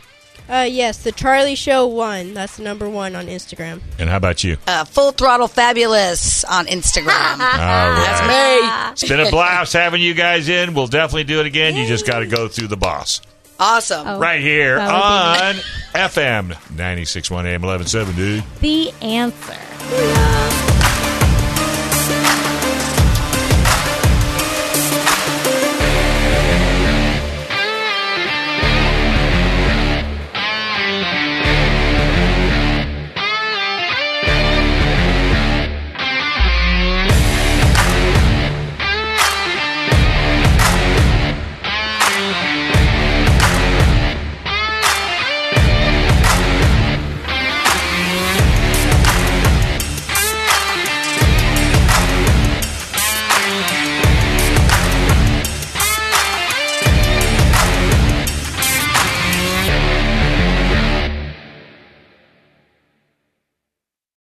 [SPEAKER 5] Uh, yes, the Charlie Show one. That's the number one on Instagram.
[SPEAKER 3] And how about
[SPEAKER 10] Uh-huh.
[SPEAKER 3] you?
[SPEAKER 8] Uh, Full Throttle Fabulous on Instagram.
[SPEAKER 3] All right.
[SPEAKER 8] That's
[SPEAKER 3] It's
[SPEAKER 8] me.
[SPEAKER 3] been a blast having you guys in. We'll definitely do it again. You just got to go through the boss.
[SPEAKER 8] Awesome.
[SPEAKER 3] right here
[SPEAKER 4] that
[SPEAKER 3] on FM 961 AM 1170.
[SPEAKER 4] The answer.